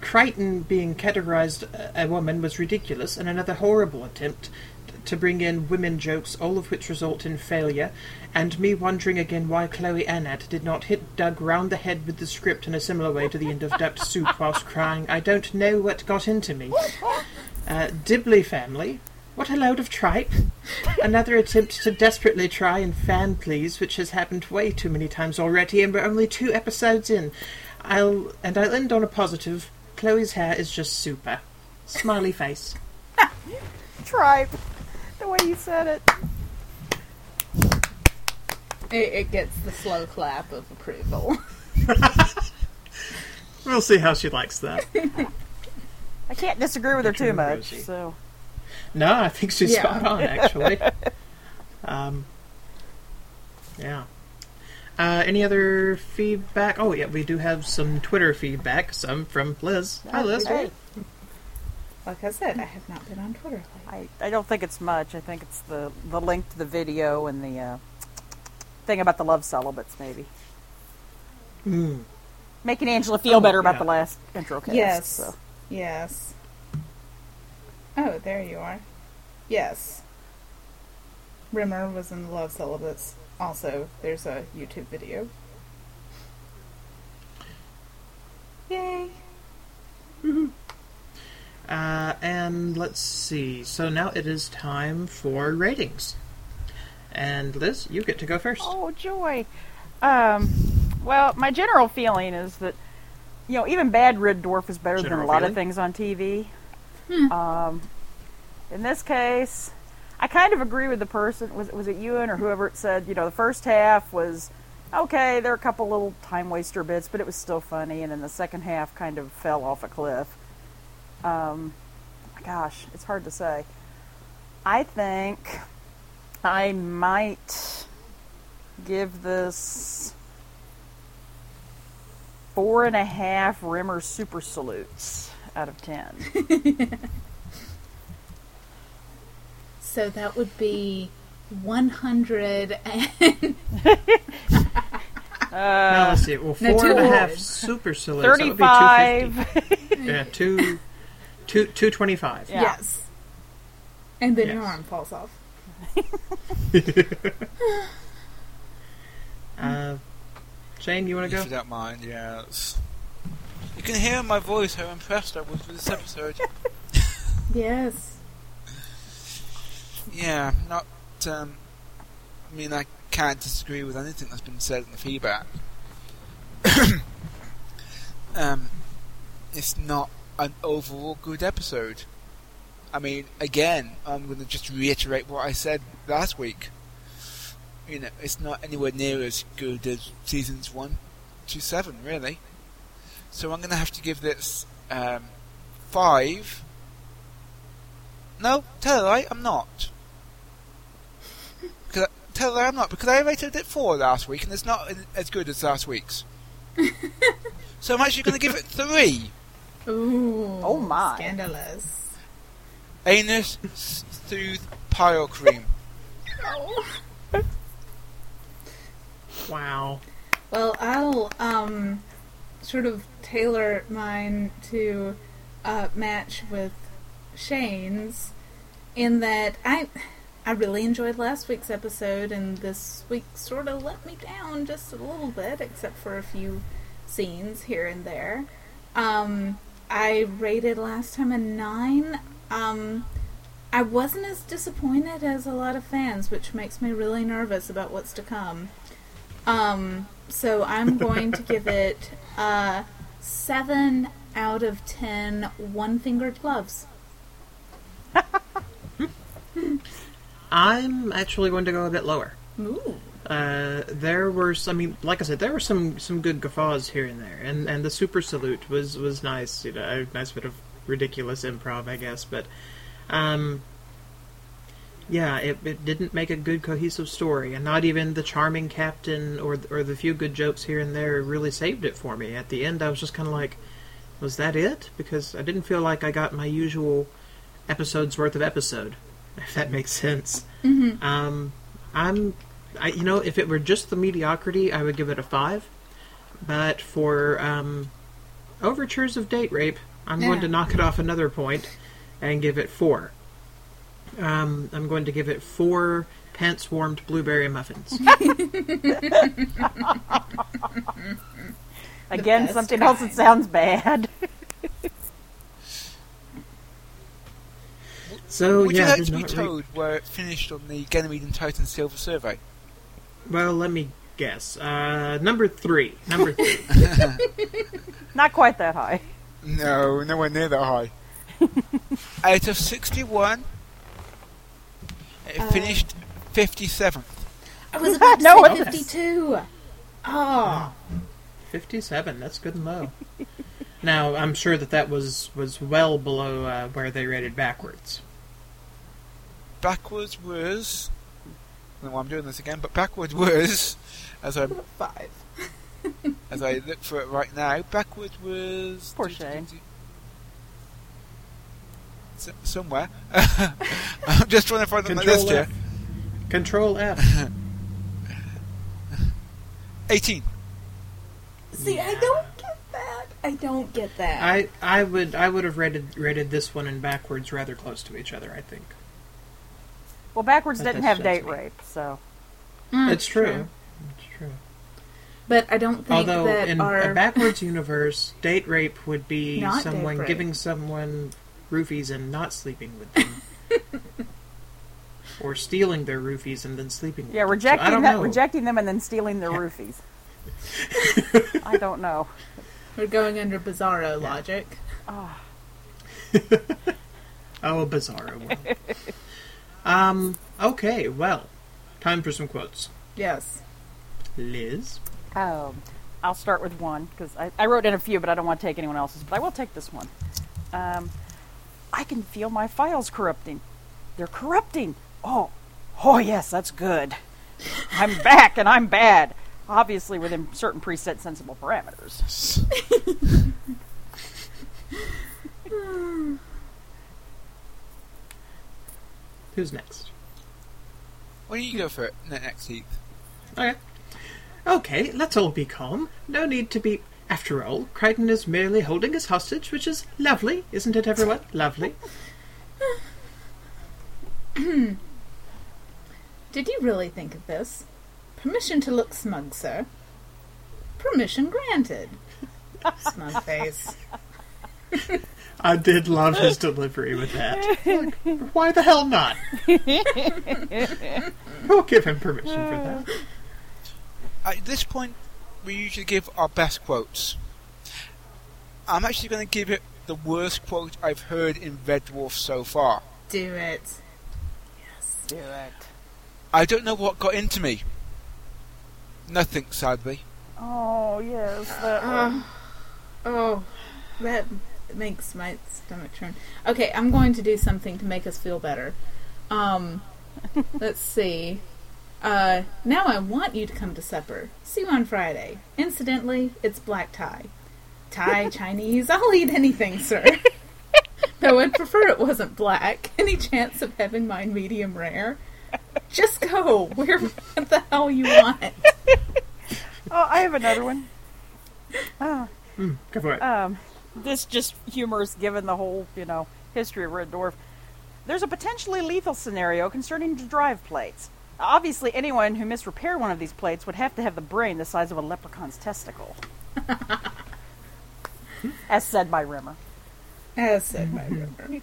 [SPEAKER 1] Crichton being categorized a a woman was ridiculous and another horrible attempt t- to bring in women jokes, all of which result in failure, and me wondering again why Chloe Annett did not hit Doug round the head with the script in a similar way to the end of Duck Soup whilst crying, I don't know what got into me. Uh, Dibley family. What a load of tripe. Another attempt to desperately try and fan please, which has happened way too many times already, and we're only two episodes in. I'll and I'll end on a positive. Chloe's hair is just super. Smiley face.
[SPEAKER 4] Tripe. The way you said it.
[SPEAKER 2] It, it gets the slow clap of approval.
[SPEAKER 1] We'll see how she likes that.
[SPEAKER 4] I can't disagree with her too
[SPEAKER 1] True,
[SPEAKER 4] much.
[SPEAKER 1] Rosie.
[SPEAKER 4] So
[SPEAKER 1] No, I think she's
[SPEAKER 2] Yeah.
[SPEAKER 1] spot on actually. um, yeah. Uh, any other feedback? Oh yeah, we do have some Twitter feedback. Some from Liz. Hi Liz.
[SPEAKER 4] hey,
[SPEAKER 2] Like I said, I have not been on Twitter lately.
[SPEAKER 4] I, I don't think it's much. I think it's the the link to the video and the uh, thing about the love celibates maybe. Making Angela feel
[SPEAKER 1] Hmm. Oh,
[SPEAKER 4] better about
[SPEAKER 1] yeah.
[SPEAKER 4] the last intro cast.
[SPEAKER 2] Yes.
[SPEAKER 4] so.
[SPEAKER 2] Yes. Oh, there you are. Yes. Rimmer was in the Love Syllabus. Also, there's a YouTube video. Yay!
[SPEAKER 1] Uh, and let's see. So now it is time for ratings. And Liz, you get to go first.
[SPEAKER 4] Oh joy! Um, well, my general feeling is that you know even bad Red Dwarf is better than
[SPEAKER 1] General
[SPEAKER 4] a lot
[SPEAKER 1] feeling?
[SPEAKER 4] of things on TV. Um, in this case, I kind of agree with the person. Was was it Ewan or whoever it said? You know, the first half was okay. There are a couple little time waster bits, but it was still funny. And then the second half kind of fell off a cliff. Um, gosh, it's hard to say. I think I might give this four and a half Rimmer Super Salutes out of ten.
[SPEAKER 2] So that would be 100 and
[SPEAKER 1] now,
[SPEAKER 4] Uh,
[SPEAKER 1] let's see. Well,
[SPEAKER 2] no,
[SPEAKER 1] four and a half
[SPEAKER 2] two-
[SPEAKER 1] super salutes. That would be 250.
[SPEAKER 4] Thirty-five.
[SPEAKER 1] Yeah, two, two, two twenty-five.
[SPEAKER 4] Yeah.
[SPEAKER 2] yes. And then your
[SPEAKER 1] Yes.
[SPEAKER 2] arm falls off.
[SPEAKER 1] Uh, Shane, you want to
[SPEAKER 3] If
[SPEAKER 1] go?
[SPEAKER 3] you don't mind, yes. You can hear in my voice how impressed I was with this episode.
[SPEAKER 2] Yes.
[SPEAKER 3] yeah, not. Um, I mean, I can't disagree with anything that's been said in the feedback. um, it's not an overall good episode. I mean, again, I'm going to just reiterate what I said last week. You know, it's not anywhere near as good as seasons one to seven, really. So I'm going to have to give this um, five. No, tell a lie, I'm not. Because tell a lie, I'm not because I rated it four last week, and it's not in- as good as last week's. so I'm actually going to give it three.
[SPEAKER 2] Ooh.
[SPEAKER 4] Oh, my.
[SPEAKER 2] Scandalous.
[SPEAKER 3] Anus s- soothe pile cream.
[SPEAKER 2] Oh.
[SPEAKER 1] Wow.
[SPEAKER 2] Well, I'll um, sort of tailor mine to uh, match with Shane's in that I I really enjoyed last week's episode, and this week sort of let me down just a little bit, except for a few scenes here and there. Um, I rated last time a nine. Um, I wasn't as disappointed as a lot of fans, which makes me really nervous about what's to come. Um, so I'm going to give it uh, seven out of ten one-fingered gloves.
[SPEAKER 1] I'm actually going to go a bit lower.
[SPEAKER 2] Ooh.
[SPEAKER 1] Uh, there were, some, I mean, like I said, there were some some good guffaws here and there, and and the super salute was was nice. You know, a nice bit of ridiculous improv, I guess. But, um, yeah, it it didn't make a good cohesive story, and not even the charming captain or th- or the few good jokes here and there really saved it for me. At the end, I was just kind of like, was that it? Because I didn't feel like I got my usual episode's worth of episode, if that makes sense. Um, I'm, I, you know, if it were just the mediocrity, I would give it a five. But for um, overtures of date rape, I'm going to
[SPEAKER 2] Yeah.
[SPEAKER 1] knock it off another point and give it four. Um, I'm going to give it four pants warmed blueberry muffins.
[SPEAKER 4] Again,
[SPEAKER 2] best
[SPEAKER 4] something else that sounds bad.
[SPEAKER 1] So
[SPEAKER 3] Would
[SPEAKER 1] Oh, yeah,
[SPEAKER 3] you like
[SPEAKER 1] there's
[SPEAKER 3] to be
[SPEAKER 1] not re-
[SPEAKER 3] told where it finished on the Ganymede and Titan Silver Survey?
[SPEAKER 1] well, let me guess. Uh, number three. Number three.
[SPEAKER 4] Not quite that high.
[SPEAKER 3] No, nowhere near that high. Out of 61, it finished 57th.
[SPEAKER 2] I was about to
[SPEAKER 4] No,
[SPEAKER 2] say
[SPEAKER 4] it's-
[SPEAKER 2] fifty-two. Oh,
[SPEAKER 1] 57 that's good and low now i'm sure that that was was well below uh, where they rated backwards
[SPEAKER 3] Backwards was. I don't know why I'm doing this again, but backwards was, as I
[SPEAKER 2] five.
[SPEAKER 3] as I look for it right now, backwards was
[SPEAKER 4] Poor Shane.
[SPEAKER 3] S- somewhere. I'm just trying to find it on my list
[SPEAKER 1] control
[SPEAKER 3] here.
[SPEAKER 1] f control f
[SPEAKER 3] 18.
[SPEAKER 2] See, I don't get that. I don't get that.
[SPEAKER 1] i i would i would have rated rated this one and backwards rather close to each other i think
[SPEAKER 4] Well, backwards
[SPEAKER 1] But
[SPEAKER 4] didn't
[SPEAKER 1] that's just
[SPEAKER 4] have date
[SPEAKER 1] me.
[SPEAKER 4] rape, so
[SPEAKER 2] Mm,
[SPEAKER 1] it's true it's true
[SPEAKER 2] but I don't think
[SPEAKER 1] although
[SPEAKER 2] that
[SPEAKER 1] in
[SPEAKER 2] our
[SPEAKER 1] a backwards universe date rape would be
[SPEAKER 2] Not date
[SPEAKER 1] someone
[SPEAKER 2] rape.
[SPEAKER 1] giving someone roofies and not sleeping with them or stealing their roofies and then sleeping with
[SPEAKER 4] yeah,
[SPEAKER 1] them. So I
[SPEAKER 4] rejecting
[SPEAKER 1] don't
[SPEAKER 4] that,
[SPEAKER 1] know.
[SPEAKER 4] rejecting them, and then stealing their roofies. I don't know.
[SPEAKER 2] we're going under Bizarro logic.
[SPEAKER 1] Oh, a bizarro one. um, okay, well, time for some quotes.
[SPEAKER 2] Yes.
[SPEAKER 1] Liz?
[SPEAKER 4] Um, I'll start with one because I, I wrote in a few, but I don't want to take anyone else's. But I will take this one. Um, I can feel my files corrupting. They're corrupting. Oh, oh yes, that's good. I'm back and I'm bad. obviously within certain preset sensible parameters.
[SPEAKER 1] Who's next?
[SPEAKER 3] Why don't you go for it ne- next, Heath?
[SPEAKER 1] Okay. Okay, let's all be calm. No need to be. After all, Crichton is merely holding us hostage, which is lovely, isn't it, everyone? Lovely.
[SPEAKER 2] Did you really think of this? Permission to look smug, sir. Permission granted. smug face.
[SPEAKER 1] I did love his delivery with that. Like, why the hell not? we'll give him permission for that.
[SPEAKER 3] At this point, we usually give our best quotes. I'm actually going to give it the worst quote I've heard in Red Dwarf so far.
[SPEAKER 2] Do it.
[SPEAKER 4] Do it.
[SPEAKER 3] I don't know what got into me. Nothing, sadly.
[SPEAKER 4] Oh yes, that one.
[SPEAKER 2] Oh, that makes my stomach churn. Okay, I'm going to do something to make us feel better. Um, let's see. Uh, now I want you to come to supper. See you on Friday. Incidentally, it's black Thai. Thai, Chinese, I'll eat anything, sir. Though I'd prefer it wasn't black. Any chance of having mine medium rare? Just go where what the hell you want.
[SPEAKER 4] Oh, I have another one. Oh,
[SPEAKER 1] Go for it.
[SPEAKER 4] um, this just humorous given the whole, you know, history of Red Dwarf. There's a potentially lethal scenario concerning the drive plates. Obviously, anyone who misrepaired one of these plates would have to have the brain the size of a leprechaun's testicle. As said by Rimmer.
[SPEAKER 2] As said my river.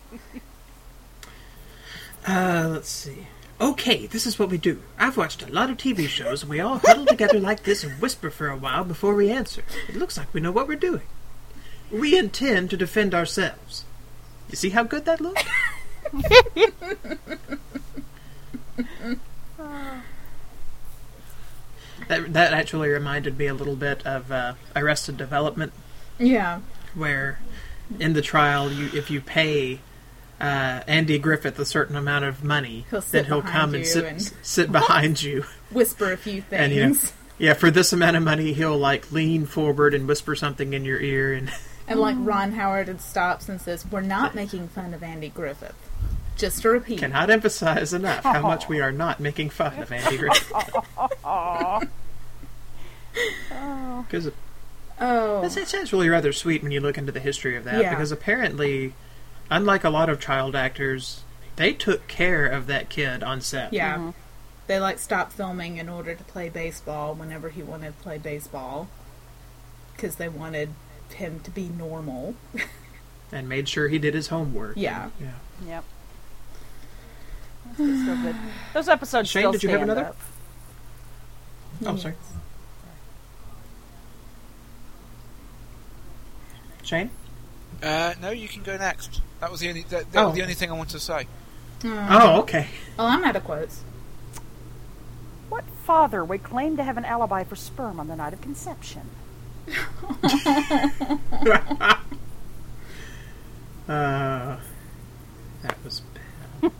[SPEAKER 1] Uh, let's see. Okay, this is what we do. I've watched a lot of TV shows, and we all huddle together like this and whisper for a while before we answer. It looks like we know what we're doing. We intend to defend ourselves. You see how good that looked? that, that actually reminded me a little bit of uh, Arrested Development
[SPEAKER 2] Yeah.
[SPEAKER 1] where in the trial you if you pay uh, Andy Griffith a certain amount of money,
[SPEAKER 2] He'll
[SPEAKER 1] then
[SPEAKER 2] sit
[SPEAKER 1] he'll
[SPEAKER 2] behind
[SPEAKER 1] come and
[SPEAKER 2] you
[SPEAKER 1] sit
[SPEAKER 2] and-
[SPEAKER 1] sit behind you.
[SPEAKER 2] Whisper a few things.
[SPEAKER 1] And, you know, yeah, for this amount of money, he'll like lean forward and whisper something in your ear, and
[SPEAKER 2] And like Ron Howard had stops and says, We're not making fun of Andy Griffith. Just to repeat.
[SPEAKER 1] cannot emphasize enough how much we are not making fun of Andy Griffith
[SPEAKER 4] Oh,
[SPEAKER 1] because
[SPEAKER 2] oh.
[SPEAKER 1] it's, it's actually rather sweet when you look into the history of that.
[SPEAKER 2] Yeah.
[SPEAKER 1] Because apparently, unlike a lot of child actors, they took care of that kid on set.
[SPEAKER 2] Yeah. They like stopped filming in order to play baseball whenever he wanted to play baseball because they wanted him to be normal.
[SPEAKER 1] and made sure he did his homework.
[SPEAKER 2] Yeah.
[SPEAKER 1] yeah.
[SPEAKER 4] yep. That's good, so good. Those episodes
[SPEAKER 1] Shane,
[SPEAKER 4] still
[SPEAKER 1] did you have
[SPEAKER 4] stand
[SPEAKER 1] another?
[SPEAKER 4] up.
[SPEAKER 1] Oh, sorry. Shane?
[SPEAKER 3] Uh, no, you can go next. That was the only that, that was
[SPEAKER 1] Oh.
[SPEAKER 3] the only thing I wanted to say.
[SPEAKER 1] Oh, okay.
[SPEAKER 2] Well, I'm out of quotes.
[SPEAKER 4] What father would claim to have an alibi for sperm on the night of conception?
[SPEAKER 1] Uh, that was bad.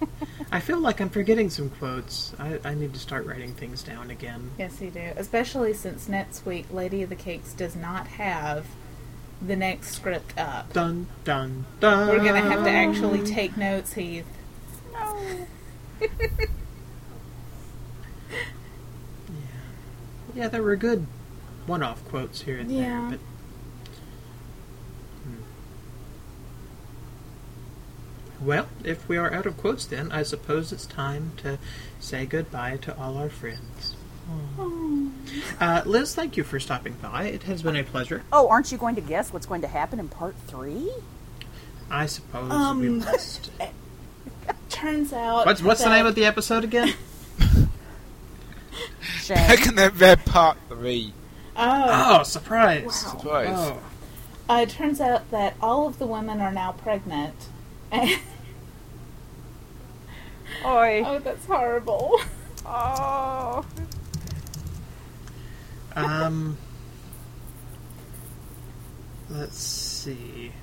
[SPEAKER 1] I feel like I'm forgetting some quotes. I, I need to start writing things down again.
[SPEAKER 2] Yes, you do. Especially since next week, Lady of the Cakes does not have the next script up.
[SPEAKER 1] Dun, dun, dun.
[SPEAKER 2] We're going to have to actually take notes, Heath.
[SPEAKER 1] Yeah, there were good one off quotes here and
[SPEAKER 2] Yeah.
[SPEAKER 1] there, but. Hmm. Well, if we are out of quotes, then I suppose it's time to say goodbye to all our friends. Uh, Liz, thank you for stopping by. It has been a pleasure.
[SPEAKER 4] Oh, aren't you going to guess what's going to happen in part three?
[SPEAKER 1] I suppose we
[SPEAKER 2] Um,
[SPEAKER 1] must.
[SPEAKER 2] Turns out.
[SPEAKER 1] What's what's the name of the episode again?
[SPEAKER 4] Shane.
[SPEAKER 3] Back in the red part three.
[SPEAKER 2] Oh.
[SPEAKER 1] Oh, surprise!
[SPEAKER 2] Wow.
[SPEAKER 3] Surprise.
[SPEAKER 1] Oh,
[SPEAKER 2] Uh, it turns out that all of the women are now pregnant.
[SPEAKER 4] Oi.
[SPEAKER 2] oh, that's horrible.
[SPEAKER 4] Oh.
[SPEAKER 1] um, let's see.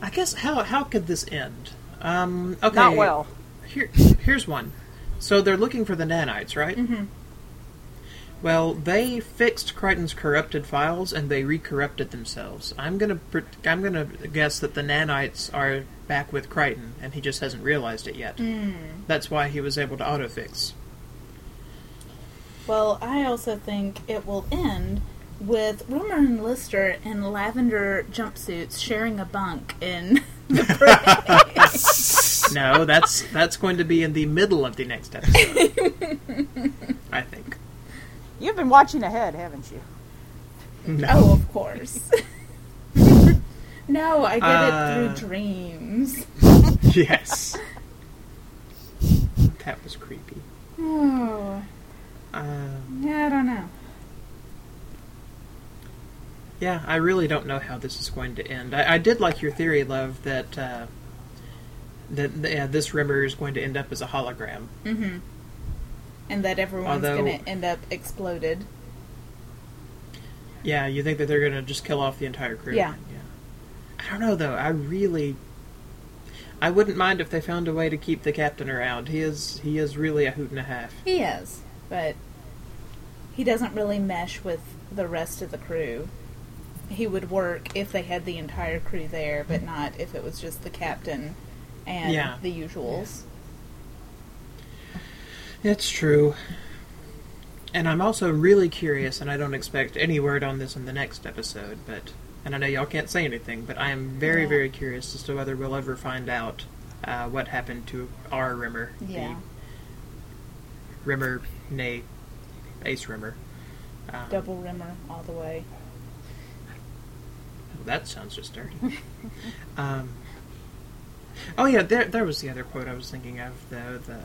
[SPEAKER 1] I guess how how could this end? Um, okay.
[SPEAKER 4] Not well.
[SPEAKER 1] Here, here's one. So they're looking for the nanites, right? Mm-hmm. Well, they fixed Crichton's corrupted files and they recorrupted themselves. I'm gonna pr- I'm gonna guess that the nanites are back with Crichton and he just hasn't realized it yet.
[SPEAKER 4] Hmm.
[SPEAKER 1] That's why he was able to autofix.
[SPEAKER 2] Well, I also think it will end with Rumor and Lister in lavender jumpsuits sharing a bunk in the parade.
[SPEAKER 1] No, that's that's going to be in the middle of the next episode. I think.
[SPEAKER 4] You've been watching ahead, haven't you?
[SPEAKER 2] oh, of course. no, I get
[SPEAKER 1] Uh,
[SPEAKER 2] it through dreams.
[SPEAKER 1] Yes. that was creepy.
[SPEAKER 2] Oh,
[SPEAKER 1] Uh,
[SPEAKER 2] yeah, I don't know.
[SPEAKER 1] Yeah, I really don't know how this is going to end. I, I did like your theory, love, that uh, that yeah, this Rimmer is going to end up as a hologram.
[SPEAKER 2] And that everyone's
[SPEAKER 1] Although-
[SPEAKER 2] going to end up exploded.
[SPEAKER 1] Yeah, you think that they're going to just kill off the entire crew?
[SPEAKER 2] Yeah.
[SPEAKER 1] yeah. I don't know though. I really, I wouldn't mind if they found a way to keep the captain around. He is he is really a hoot and a half.
[SPEAKER 2] He is, but he doesn't really mesh with the rest of the crew. He would work if they had the entire crew there, but not if it was just the captain and
[SPEAKER 1] Yeah.
[SPEAKER 2] the usuals.
[SPEAKER 1] It's true. And I'm also really curious, and I don't expect any word on this in the next episode, but. And I know y'all can't say anything, but I am very,
[SPEAKER 2] Yeah.
[SPEAKER 1] very curious as to whether we'll ever find out uh, what happened to our Rimmer. The
[SPEAKER 2] Yeah.
[SPEAKER 1] Rimmer, nay, Ace Rimmer. Um,
[SPEAKER 2] Double rimmer all the way.
[SPEAKER 1] Well, that sounds just dirty. um, oh yeah, there there was the other quote I was thinking of. The the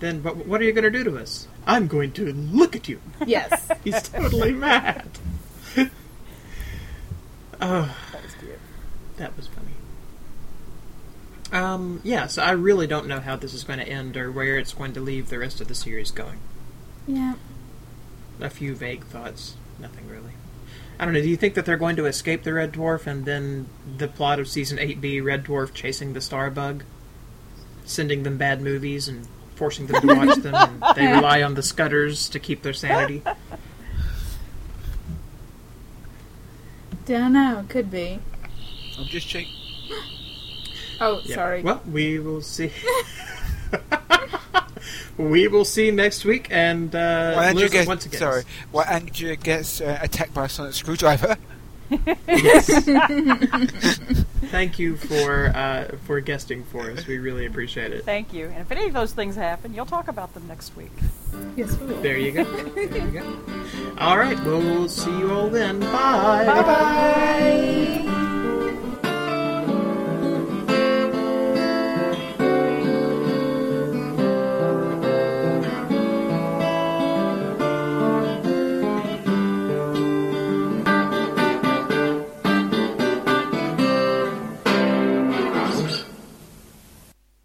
[SPEAKER 1] then what what are you going to do to us? I'm going to look at you.
[SPEAKER 2] Yes.
[SPEAKER 1] He's totally mad. oh,
[SPEAKER 4] That was cute.
[SPEAKER 1] that was funny. Um, yeah, so I really don't know how this is going to end or where it's going to leave the rest of the series going.
[SPEAKER 2] yeah.
[SPEAKER 1] A few vague thoughts, nothing really. I don't know. Do you think that they're going to escape the red dwarf and then the plot of season eight B, red dwarf chasing the starbug, sending them bad movies and forcing them to watch them, and they rely on the scudders to keep their sanity?
[SPEAKER 2] Don't know. Could be.
[SPEAKER 3] I'm just checking.
[SPEAKER 2] Oh,
[SPEAKER 1] Yeah.
[SPEAKER 2] sorry.
[SPEAKER 1] Well, we will see. we will see next week, and uh,
[SPEAKER 3] Why Andrew
[SPEAKER 1] Liz,
[SPEAKER 3] gets
[SPEAKER 1] once again.
[SPEAKER 3] sorry. Why Andrew gets uh, attacked by a sonic screwdriver?
[SPEAKER 1] Thank you for uh, for guesting for us. We really appreciate it.
[SPEAKER 4] Thank you. And if any of those things happen, you'll talk about them next week.
[SPEAKER 2] Yes, we will.
[SPEAKER 1] There you go. There you go. All right. Well, we'll see you all then. Bye.
[SPEAKER 4] Bye.